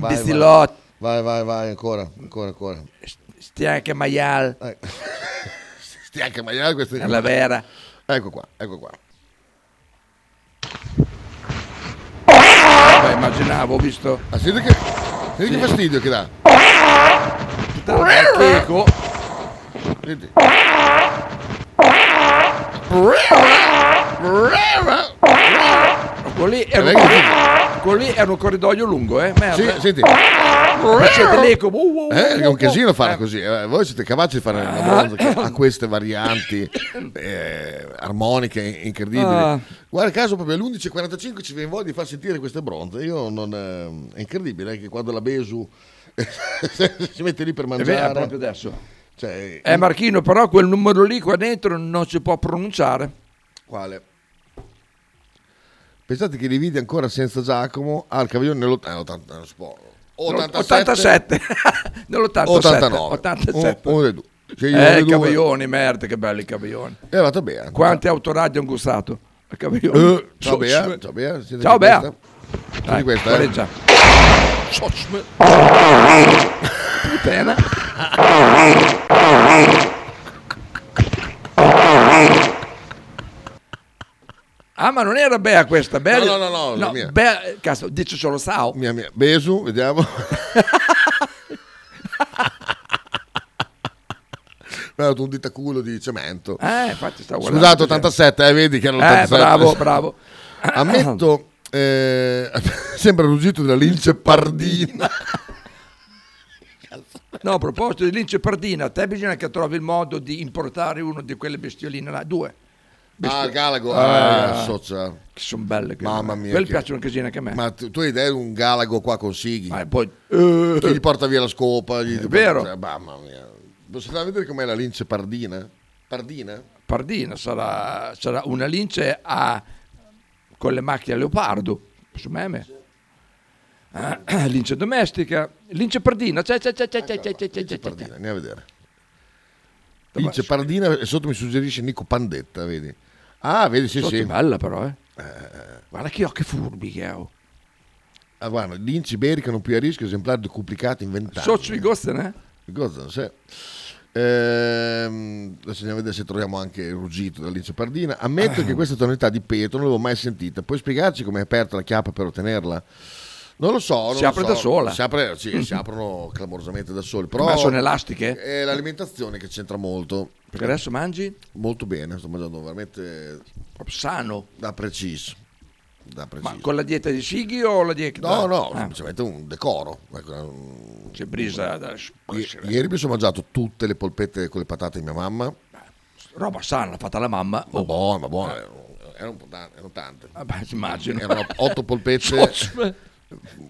S1: Vai, vai.
S2: imbecillot.
S1: Vai, vai, vai, ancora, ancora, ancora.
S2: Stianca maial.
S1: Eh. Stianca maiale questa
S2: Alla vera.
S1: Ecco qua, ecco qua.
S2: Beh, immaginavo, ho visto.
S1: Ah, senti che, senti che fastidio che dà.
S2: Ecco.
S1: Senti.
S2: Quello Ecco lì era un,
S1: Vedi che-
S2: quello lì era un corridoio lungo, eh?
S1: Sì,
S2: Merda.
S1: senti.
S2: Facete l'eco. Uh, uh, uh,
S1: Eh, è
S2: uh,
S1: un
S2: uh.
S1: casino farla così. eh, voi siete capaci di fare una bronza che ha queste varianti eh, armoniche incredibili.
S2: Ah.
S1: Guarda caso, proprio alle 11.45 ci viene voglia di far sentire queste bronze. Io non, eh, è incredibile eh, che quando la Besu si mette lì per
S2: È
S1: mangiare.
S2: vero, è proprio adesso.
S1: Cioè,
S2: Eh, Marchino, però quel numero lì qua dentro non si può pronunciare.
S1: Quale? Pensate che divide ancora senza Giacomo al Cavaglione nell'80. non si può.
S2: 87. Nell'87.
S1: 89.
S2: 87.
S1: Uno- uno dei due. Scegli uno dei
S2: eh, i
S1: Oh, due.
S2: cavaglioni, merda, che belli i cavaglioni.
S1: E va bene.
S2: Quanti autoradio hanno gustato? Cioè, A cavaglioni.
S1: Eh, ciao
S2: Ciao,
S1: Bea,
S2: ci-
S1: ciao Bea, siete
S2: Ciao,
S1: di
S2: Bea.
S1: questa?
S2: Dai,
S1: Di questa, eh?
S2: pareggia. Putena. Ah, ma non era Bea questa, Bea.
S1: No, no, no, no, la mia.
S2: Bea, eh, cazzo, dici solo Sao.
S1: Mia, mia. Besu, vediamo. Mi ha dato un ditaculo di cemento.
S2: Eh, infatti stavo
S1: Scusate,
S2: guardando.
S1: 87, eh, vedi che era
S2: Eh,
S1: l'87.
S2: bravo, bravo.
S1: Ammetto, eh, sembra il ruggito della lince pardina.
S2: No, a proposito di lince pardina, a te bisogna che trovi il modo di importare uno di quelle bestioline là, due.
S1: Ah, il Galago,
S2: Ah,
S1: eh, socia.
S2: Che sono belle. che-
S1: Mamma mia.
S2: Quelle
S1: che-
S2: piacciono casino anche a me.
S1: Ma tu, tu hai idea di un Galago qua con Sighi? Ma
S2: poi...
S1: Che gli porta via la scopa. Gli... È
S2: vero.
S1: mamma mia. Posso andare a vedere com'è la lince pardina? Pardina?
S2: Pardina sarà, sarà una lince a, con le macchie a leopardo, su meme. Ah, lince domestica, lince pardina, c'è, c'è, c'è, c'è, c'è, c'è, c'è, c'è, c'è, c'è.
S1: Andiamo a vedere. Lince pardina e sotto mi suggerisce Nico Pandetta, vedi? Ah, vedi, sì,
S2: Sotto
S1: sì.
S2: è bella però, eh. Guarda che occhi furbi che ho.
S1: Ah, guarda, lince iberica non più a rischio, esemplari duplicati in vent'anni.
S2: Socio i eh? Gosten,
S1: Gozzano, sì. Ehm, adesso andiamo a vedere se troviamo anche il ruggito della lince pardina. Ammetto che questa tonalità di petto non l'avevo mai sentita. Puoi spiegarci come è aperta la chiappa per ottenerla? Non lo so. non
S2: Si
S1: lo
S2: apre
S1: so.
S2: da sola.
S1: Si, apre- sì, si aprono clamorosamente da soli. Però
S2: Ma sono elastiche?
S1: È l'alimentazione che c'entra molto.
S2: Perché adesso mangi?
S1: Molto bene, sto mangiando veramente.
S2: sano.
S1: Da preciso. Da preciso.
S2: Ma con la dieta di Sighi o la dieta...
S1: No, no,
S2: Ah,
S1: semplicemente un decoro. Ecco, un-
S2: c'è brisa da...
S1: I- Ieri mi sono mangiato tutte le polpette con le patate di mia mamma.
S2: Roba sana, fatta alla mamma. oh.
S1: Ma buona, ma Eh, buona. Erano, tante, erano tante.
S2: Vabbè, immagino.
S1: Erano otto polpette,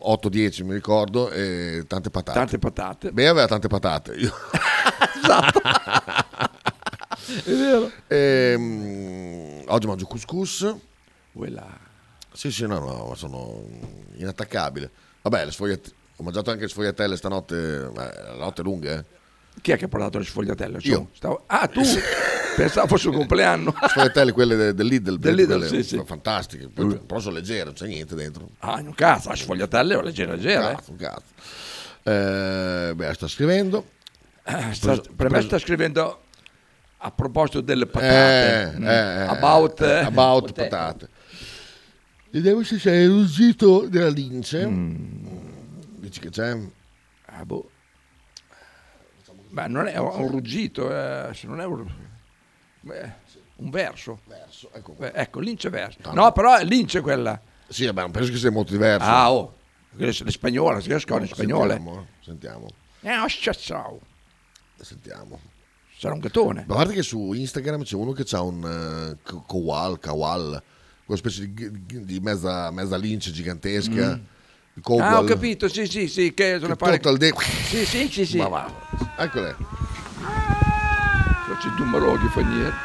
S1: 8-10 mi ricordo, e tante patate.
S2: Tante patate.
S1: Beh, aveva tante patate. Io...
S2: È vero.
S1: Ehm, oggi mangio couscous.
S2: Quella...
S1: Sì, sì, no, no, ma sono inattaccabile. Vabbè, le sfogliat- ho mangiato anche le sfogliatelle stanotte, ma la notte è lunga, eh.
S2: Chi è che ha portato le sfogliatelle? su?
S1: Io. Eh,
S2: Stavo- Ah, tu? Pensavo fosse un compleanno.
S1: sfogliatelle quelle de- del Lidl,
S2: Del
S1: vedi,
S2: Lidl,
S1: quelle
S2: sì, sì.
S1: sono fantastiche Poi- però sono leggere non c'è niente dentro
S2: Ah, in un cazzo, la sfogliatelle o leggera, leggera. eh.
S1: Cazzo, un cazzo. Eh, beh sta scrivendo
S2: Eh, Sta-
S1: Preso-
S2: per me
S1: preso-
S2: sta scrivendo a proposito delle patate.
S1: eh,
S2: Mm.
S1: eh, eh,
S2: about, eh,
S1: about
S2: potate.
S1: patate vediamo se c'è il ruggito della lince
S2: Mm.
S1: mm, dici che c'è
S2: ah, boh. Ma non è un ruggito, eh, se non è un, beh, un verso.
S1: ecco,
S2: Beh, ecco, l'ince verso. No, però è l'ince quella.
S1: sì vabbè non penso che sia molto diverso
S2: Ah, oh. Quelle sono le spagnole, si riescono le spagnole.
S1: sentiamo, sentiamo
S2: Eh, oh, ciao, ciao.
S1: sentiamo
S2: Sarà un gattone.
S1: Ma guarda che su Instagram c'è uno che ha un eh, co- Kowal, Kawal, quella specie di, di mezza, mezza lince gigantesca.
S2: Mm.
S1: il Kowal.
S2: Ah, ho capito, sì, sì, sì, che sono
S1: Che total de-
S2: Sì, sì, sì, sì.
S1: Ma va. Ecco lei.
S2: Faccio il dummeroghi, fa niente.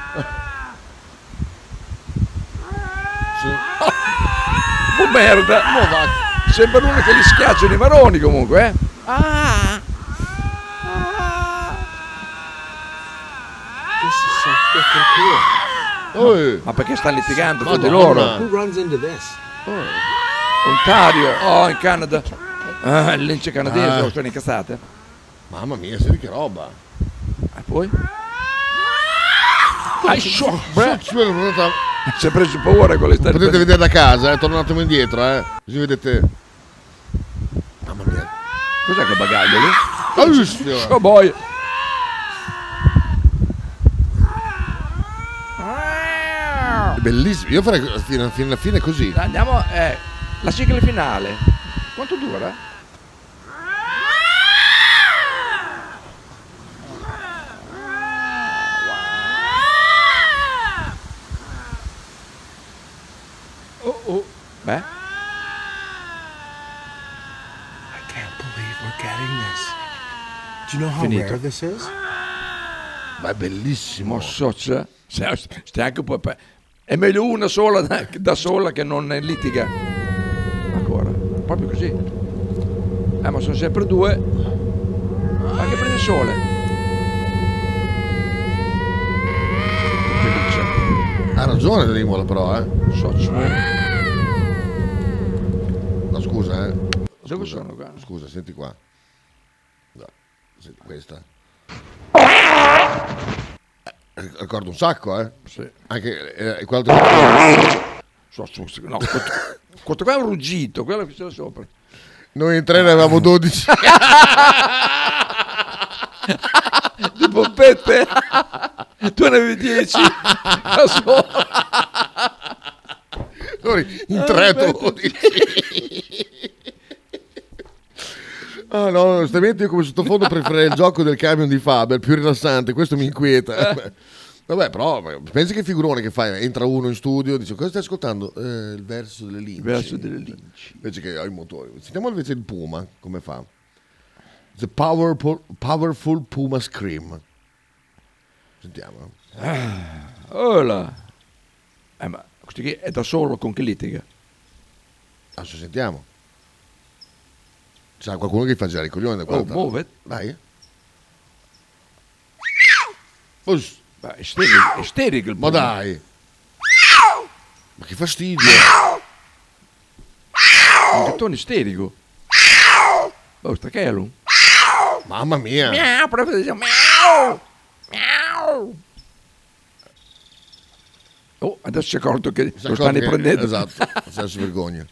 S2: Oh, merda! Mo va. Sembra uno che gli schiacciano i maroni comunque, eh?
S11: Ah,
S2: Ma perché sta litigando tra di
S1: Madonna.
S2: loro?
S1: Who
S16: runs into this?
S2: Ontario, oh, in Canada. Ah, il lince canadese,
S1: Ah.
S2: oh, sono incazzate.
S1: Mamma mia, senti che roba.
S2: E poi? Ah, so-
S1: Beh, Eh, ci vedo, guarda.
S2: Si è preso paura con le
S1: Potete
S2: stelle.
S1: vedere da casa, eh, torno un attimo indietro, eh. Così vedete. Mamma mia.
S2: Cos'è quel bagaglio lì?
S1: Bellissimo.
S2: Oh boy!
S1: Bellissimo. Io farei co- fino, fino alla fine così.
S2: Andiamo, eh, la sigla finale. Quanto dura? Oh, oh. Beh,
S16: I can't believe we're getting this. Do you know how
S2: Finito.
S16: rare this is?
S1: ma è bellissimo.
S2: mo socia. Stai stai anche un po'. pe- È meglio una sola da, da sola che non eh, litiga. Ancora, proprio così. Eh, ma sono sempre due. Ma che prende il sole? Che dice?
S1: Ha ragione Rimola però, eh.
S2: Socio.
S1: No, scusa, eh.
S2: Dove
S1: scusa,
S2: sono qua?
S1: Scusa, senti qua. No, senti questa. Eh, Ricordo un sacco, eh?
S2: Sì.
S1: Anche eh, quello del-
S2: So, so, so, no, questo, questo qua è un ruggito, quello che c'era sopra.
S1: Noi in tre ne avevamo 12.
S2: Di pompette. tu ne avevi 10. Da solo.
S1: Noi in tre
S10: Ah,
S1: 12. Ah no, onestamente io come sottofondo preferirei il gioco del camion di Faber, più rilassante, questo mi inquieta. Vabbè, però ma pensi che figurone che fai? Entra uno in studio, dice cosa stai ascoltando? "Eh, il verso delle lince. Il
S2: verso
S1: delle lince. Invece che ho i motori. Sentiamo invece il Puma, come fa? The powerful, powerful Puma Scream. Sentiamo.
S2: Ah, oh là. Eh, ma questo qui è da solo con chi litiga?
S1: Adesso sentiamo. C'è qualcuno che gli fa girare i coglioni da qua.
S2: Oh, muove.
S1: Vai.
S2: Ma è isterico, è isterico il
S1: Ma
S2: puma.
S1: dai. Ma che fastidio.
S2: Un gattone isterico. Oh, stacchello.
S1: Mamma mia.
S2: Miau, proprio dice, miau. Miau. Oh, adesso si è accorto che
S1: Si è
S2: lo
S1: accorto
S2: stanno
S1: che-
S2: prendendo.
S1: Esatto, senza vergogna.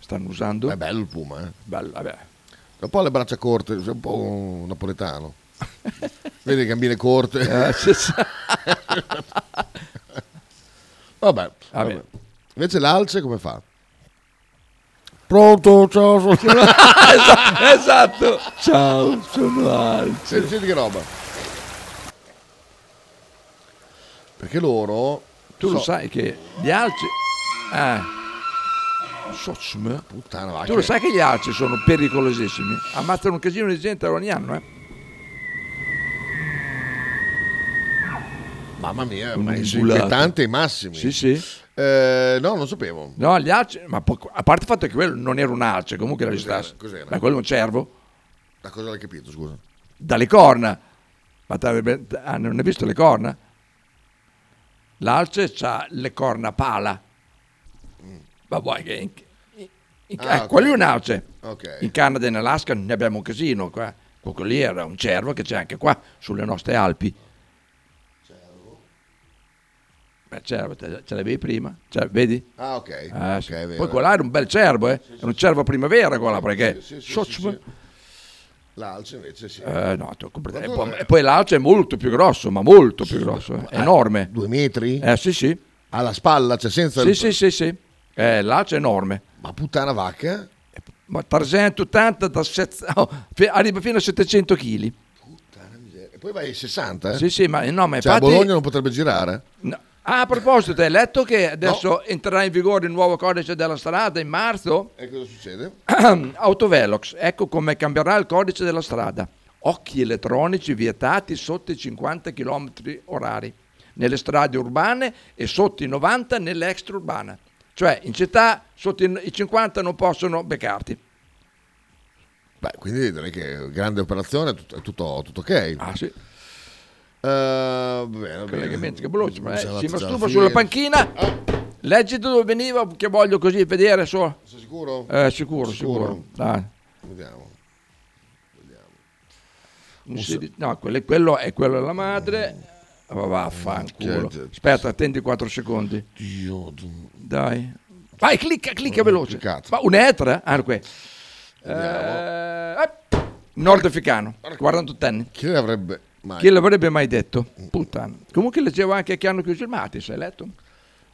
S2: Stanno usando.
S1: È bello il puma, eh.
S2: Bello, vabbè.
S1: Un po' le braccia corte, sei un po' un napoletano. Vedi le gambine corte.
S2: Eh, sì, sì.
S1: vabbè,
S2: Vabbè.
S1: vabbè. Invece l'alce come fa? Pronto, ciao, sono...
S2: Esa- esatto. Ciao, sono Alce.
S1: Senti, senti che roba. Perché loro...
S2: Tu lo
S1: so-
S2: sai che gli alci. Ah. Sozzme.
S1: Puttana, va
S2: Tu lo
S1: che-
S2: sai che gli alci sono pericolosissimi? Ammazzano un casino di gente ogni anno, eh?
S1: Mamma mia,
S2: Un
S1: ma è
S2: ungulato.
S1: inquietante ai massimi.
S2: Sì, sì.
S1: Eh, no, non sapevo.
S2: No, gli alci. Ma po- a parte il fatto che quello non era un alce, comunque era
S1: Cos'era?
S2: ristasso.
S1: Cos'era?
S2: Ma quello è un cervo.
S1: Da cosa l'hai capito, scusa?
S2: dalle corna. Ma t'avrebbe- ah, non hai visto le corna? L'alce ha le corna pala. Ma vuoi che... In, in- in-
S1: Ah,
S2: eh,
S1: ok.
S2: Quello è un alce.
S1: Ok.
S2: In Canada e in Alaska ne abbiamo un casino qua. Quello lì era un cervo che c'è anche qua, sulle nostre Alpi. Beh, cervo, te- ce l'avevi prima, Cioè, vedi?
S1: Ah, ok.
S2: Ah,
S1: Ok,
S2: sì.
S1: è vero.
S2: Poi quella era un bel cervo, eh? era un cervo a primavera quella, perché...
S1: Sì, sì, sì,
S2: Socio-
S1: sì, sì. L'alce invece sì.
S2: Eh, no, te lo compre-
S1: Ma
S2: e
S1: tu-
S2: poi, e poi l'alce è molto più grosso, ma molto più grosso, eh,
S1: Ah,
S2: enorme.
S1: Due metri?
S2: Eh sì sì.
S1: Alla spalla, cioè senza...
S2: Sì,
S1: il-
S2: sì, sì, sì. Eh, l'alce è enorme.
S1: Ma puttana vacca?
S2: Ma 380 da set- oh, fi- arriva fino a 700 kg.
S1: E poi vai ai 60? eh?
S2: Sì, sì, ma no, ma
S1: Cioè, a
S2: infatti-
S1: Bologna non potrebbe girare?
S2: No. Ah, a proposito, hai letto che adesso entrerà in vigore il nuovo codice della strada in marzo?
S1: E cosa succede?
S2: Eh. Autovelox, ecco come cambierà il codice della strada. Occhi elettronici vietati sotto i 50 km orari nelle strade urbane e sotto i 90 nell'extraurbana. Cioè in città sotto i i 50 non possono beccarti.
S1: Beh, quindi direi che grande operazione, tut- è tutto, tutto ok. Eh,
S2: Ah, sì.
S1: Collegamenti
S2: che veloci, ma, eh, si masturba sulla panchina,
S1: Ah,
S2: leggi da dove veniva che voglio così vedere. So.
S1: Sei sicuro?
S2: Eh, sicuro, sicuro. Dai.
S1: Vediamo.
S2: Un Eh. sedi- no, quelle- quello è quello della madre. Ma Vaffanculo.
S1: Che-
S2: Aspetta, attendi 4 secondi.
S1: Dio.
S2: Dai. Vai, clicca, clicca veloce. Ma un etra? Ah, qui. Eh, nordafricano, 48 anni.
S1: Chi l'avrebbe mai?
S2: Chi l'avrebbe mai detto?
S1: Mm.
S2: Puttana. Comunque leggevo anche che hanno chiuso il Matis, hai letto?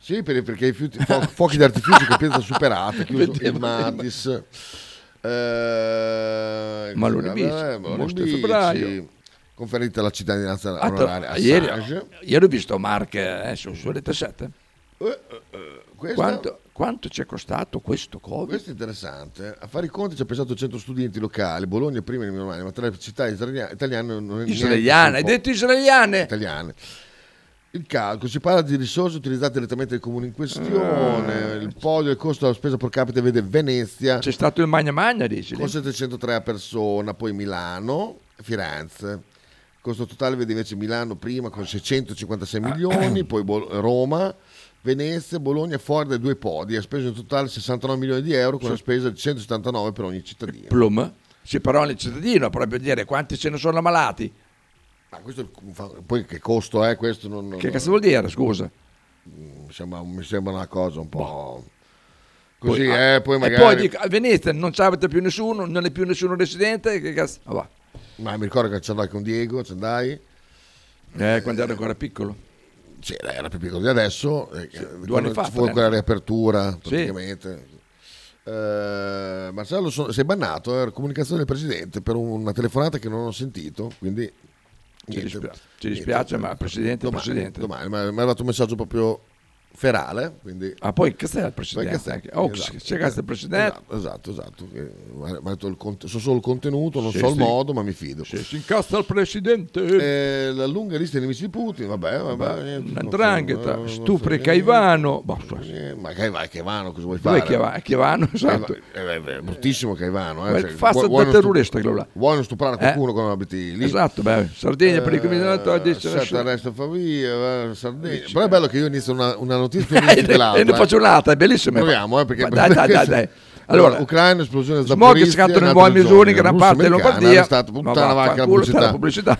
S1: Sì, per- perché i fiuti- fo- fuochi d'artificio che pensa superate, chiuso il
S2: Vedevo,
S1: Matis. Eh,
S2: Ma lo
S1: eh,
S2: ribici,
S1: eh, ma lo
S2: mostra
S1: ribici.
S2: febbraio.
S1: Conferita la cittadinanza
S2: Ah, tra-
S1: onoraria a
S2: ieri, oh.
S1: Assange.
S2: ieri ho visto Mark eh, su, su Rete 7.
S1: Eh, eh, eh, questa-
S2: Quanto, quanto ci è costato questo Covid?
S1: Questo è interessante. A fare i conti ci ha pensato 100 studenti locali, Bologna prima di Milano, ma tra le città italia- italiane non è
S2: Israeliane, hai detto israeliane?
S1: Italiane. Il calcolo, si parla di risorse utilizzate direttamente dai comuni in
S2: Ah.
S1: questione, il podio il costo della spesa per capite vede Venezia.
S2: C'è stato il magna magna, dici?
S1: Con 703 a persona, poi Milano, Firenze. Costo totale vede invece Milano prima con 656 milioni, poi Bol- Roma Venezia e Bologna fuori dai due podi. Ha speso in totale 69 milioni di euro con una spesa di 179 per ogni cittadino.
S2: Plum. Sì, però ogni cittadino proprio dire quanti ce ne sono ammalati.
S1: Ma Ah, questo fa- poi che costo è questo? Non, non-
S2: Che cazzo vuol dire, scusa?
S1: Mi sembra, mi sembra una cosa un po'... Così,
S2: Boh. Poi- ah,
S1: eh, poi magari...
S2: E poi dico, a Venezia non c'abita più nessuno, non è più nessuno residente, che cazzo... Ah, va.
S1: Ma mi ricordo che ci andai con Diego, ci andai.
S2: Eh, quando ero ancora piccolo.
S1: Sì, dai, era più piccolo di adesso. eh, quando
S2: anni fa,
S1: Ci fu quella
S2: eh.
S1: riapertura,
S2: Sì.
S1: praticamente. Eh, Marcello, so- sei bannato, era comunicazione del Presidente per una telefonata che non ho sentito, quindi...
S2: Ci dispia- ci dispiace, ma Presidente è
S1: domani,
S2: Presidente.
S1: Domani, ma mi è arrivato un messaggio proprio ferale, quindi...
S2: Ah, poi che stai al Presidente?
S1: Poi che stai- Eh,
S2: Oh, c'è cazzo il Presidente.
S1: Esatto, esatto. esatto. Eh, ma- ma detto il cont- so solo il contenuto, non
S2: Sì,
S1: so il
S2: sì.
S1: modo, ma mi fido.
S2: Se si incassa il
S1: Eh,
S2: Presidente...
S1: la lunga lista di nemici di Putin, vabbè, vabbè. niente, non so, eh,
S2: Andrangheta,
S1: non so
S2: stupri
S1: niente.
S2: Caivano... Boh,
S1: Eh, Ma Caivano, Caivano cosa vuoi
S2: Dov'è
S1: fare?
S2: Chiava- Chiavano? Esatto.
S1: Caivano- eh, beh, è bruttissimo Caivano.
S2: Ma
S1: Eh,
S2: il fazzo
S1: vuoi-
S2: da
S1: vuoi non stu-
S2: terrorista quello là.
S1: Vuoi non stuprare qualcuno
S2: Eh?
S1: quando abiti lì?
S2: Esatto, beh, Sardegna, per i criminali, oggi
S1: Eh,
S2: c'è la
S1: certo,
S2: sua-
S1: arresto famiglia, eh, Sardegna. Però è bello che io inizio una, una notizia e tu
S2: Eh,
S1: inizi quell'altra.
S2: e ne faccio un'altra, è bellissima.
S1: Proviamo, eh, perché...
S2: Ma dai, dai, dai, dai.
S1: Allora,
S2: Allora,
S1: Ucraina, esplosione
S2: Smog
S1: zaporista.
S2: scatta nel Buon Missouri, gran parte della Lombardia.
S1: Arrestato,
S2: Ma
S1: eh, puttana vacca, la
S2: vaffanculo,
S1: pubblicità.
S2: la pubblicità.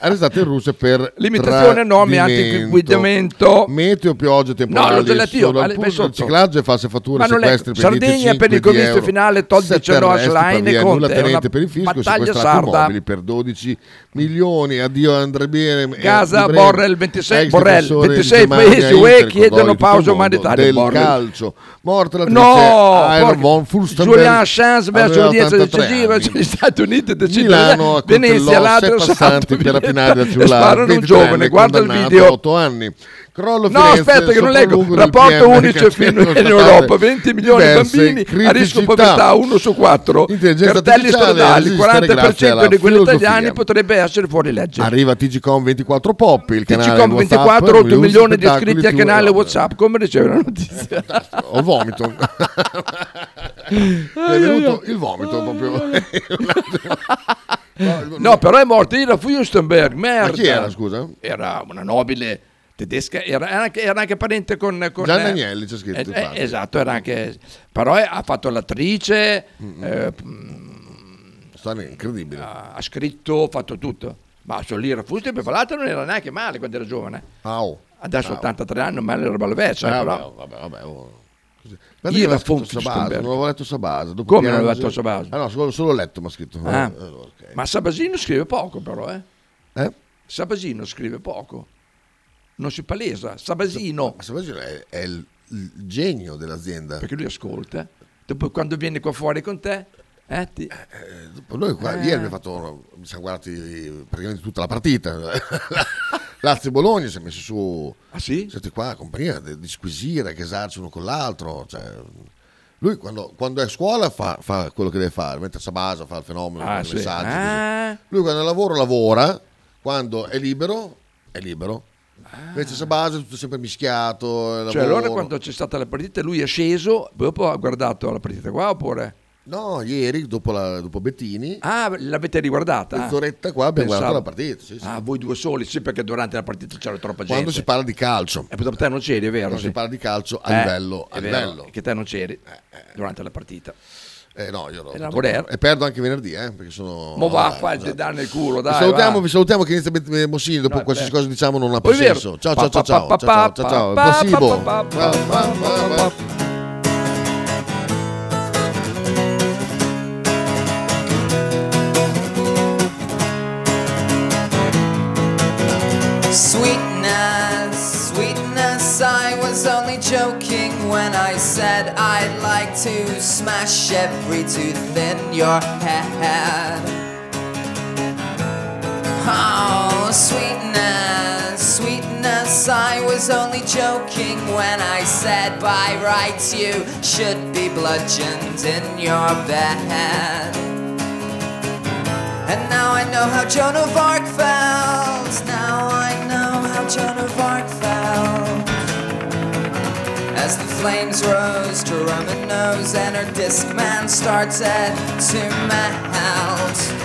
S1: Arrestato in Russia per
S2: Limitazione a nomi,
S1: tradimento.
S2: anti-guidamento.
S1: Meteo, piogge,
S2: No, l'ho
S1: temporali,
S2: già letto io,
S1: solo al
S2: alle-
S1: punto del
S2: sotto.
S1: riciclaggio e false fatture,
S2: Ma non
S1: sequestri
S2: leggo.
S1: per
S2: Sardegna
S1: 25
S2: per il
S1: di
S2: comizio
S1: euro.
S2: finale, Todd
S1: Sette
S2: 19,
S1: arresti,
S2: Schlein e
S1: tuttavia,
S2: Conte,
S1: nulla
S2: è una
S1: tenente per il fisco,
S2: battaglia
S1: sequestrati
S2: sarda.
S1: immobili per 12 milioni, addio Andrebiere.
S2: Casa, Borrell, 26
S1: ex
S2: Borrell,
S1: difensore di
S2: 26
S1: Germania,
S2: paesi
S1: Inter,
S2: UE
S1: cordoglio di
S2: chiedono
S1: tutto il
S2: pausa
S1: mondo,
S2: umanitaria,
S1: Del
S2: Borrell.
S1: calcio. Morta la
S2: No,
S1: attrice Iron
S2: porca-
S1: von Furstenberg.
S2: Julian Assange verso
S1: aveva
S2: l'udienza
S1: 83
S2: decisiva
S1: anni.
S2: cioè, gli Stati Uniti
S1: Milano
S2: decidono Venezia
S1: accoltellò
S2: ladro
S1: sei passanti
S2: santo
S1: per rapinare da
S2: e
S1: cellulare
S2: sparano un
S1: 23 anni,
S2: giovane guarda il
S1: condannato a
S2: video
S1: 8 anni crollo
S2: No,
S1: Firenze,
S2: aspetta, che non leggo.
S1: sopralluogo del
S2: Rapporto
S1: PM,
S2: UNICEF
S1: che
S2: in-
S1: constatate
S2: in Europa, 20 milioni di
S1: diverse
S2: bambini a rischio
S1: criticità.
S2: povertà, uno su quattro.
S1: Intelligenza
S2: Cartelli
S1: artificiale
S2: stradali,
S1: resistere grazie
S2: 40%
S1: alla
S2: di quelli
S1: filosofia.
S2: italiani potrebbe essere fuori legge.
S1: arriva TGCOM 24 Pop il canale
S2: TGCOM 24, 8 milioni di iscritti al
S1: al
S2: canale WhatsApp, come riceve la notizia?
S1: eh, ho vomito mi è venuto il vomito
S2: Ah,
S1: proprio
S2: No, però è morta Ira Fürstenberg, merda.
S1: Ma chi era, scusa?
S2: Era una nobile tedesca, era era anche, era anche parente con... con
S1: Gianni
S2: eh,
S1: Agnelli, c'è scritto,
S2: eh, eh,
S1: infatti.
S2: esatto, era anche... Però è- ha fatto l'attrice, eh,
S1: storia incredibile
S2: ha scritto, ha fatto tutto. Ma sull'Ira Fürstenberg, fra l'altro non era neanche male quando era giovane.
S1: Au.
S2: Adesso
S1: Au.
S2: 83 anni, ma era roba vecchia.
S1: Ah,
S2: però.
S1: vabbè, vabbè, vabbè, oh. Così.
S2: Io
S1: che
S2: la
S1: l'ha scritto
S2: Fonchi
S1: Sabasa,
S2: Stumberg.
S1: non avevo letto Sabasa dopo
S2: Come non
S1: piange.
S2: avevo letto Sabasa?
S1: ah no solo, solo letto mi ha scritto
S2: Ah.
S1: Eh, allora, ok.
S2: Ma Sabasino scrive poco però, eh?
S1: Eh?
S2: Sabasino scrive poco. Non si palesa. Sabasino.
S1: Ma Sabasino è, è il, il genio dell'azienda
S2: Perché lui ascolta. Dopo quando viene qua fuori con te, eh, ti-
S1: Dopo noi qua,
S2: Eh.
S1: ieri abbiamo fatto ci siamo guardati praticamente tutta la partita Lazio Bologna si è messo su
S2: ah sì?
S1: siete qua a compagnia di di squisire casarci uno con l'altro cioè, lui quando, quando è a scuola fa, fa quello che deve fare mentre Sabasa fa il fenomeno
S2: Ah,
S1: fa i
S2: sì.
S1: messaggi, così.
S2: Ah.
S1: lui quando è al lavoro lavora quando è libero è libero invece Sabasa è tutto sempre mischiato è
S2: Ah. Cioè
S1: lavoro.
S2: allora quando c'è stata la partita lui è sceso, dopo ha guardato la partita qua oppure...
S1: no ieri dopo, la- dopo Bettini
S2: Ah, l'avete riguardata?
S1: Mezz'oretta qua abbiamo guardato la partita,
S2: Ah, voi due soli, sì, perché durante la partita c'era troppa gente.
S1: quando si parla di calcio
S2: E per te non c'eri, è vero?
S1: Quando
S2: sì.
S1: si parla di calcio a
S2: Eh,
S1: livello, a
S2: è vero,
S1: livello.
S2: Che te non c'eri durante la partita.
S1: Eh, no, io ero-
S2: Era Voler.
S1: e perdo anche venerdì eh, perché sono
S2: Ma va,
S1: eh,
S2: qua
S1: esatto.
S2: ti dà nel culo,
S1: vi
S2: dai.
S1: salutiamo,
S2: va.
S1: vi salutiamo che inizia Bet- eh, Mossini, dopo
S2: No, è
S1: qualsiasi
S2: vero.
S1: cosa diciamo non ha
S2: Poi
S1: più
S2: è vero.
S1: senso. Ciao ciao ciao ciao ciao
S2: Pa, pa, pa,
S1: ciao ciao.
S2: pa, pa,
S1: Placebo.
S2: pa, pa, pa, pa, pa, pa.
S17: Sweetness, sweetness, I was only joking when I said I'd like to smash every tooth in your head. Oh, sweetness, sweetness, I was only joking when I said by rights you should be bludgeoned in your bed. And now I know how Joan of Arc felt. Now I know how Joan of Arc felt. As the flames rose to Roman nose and her disc man started to melt.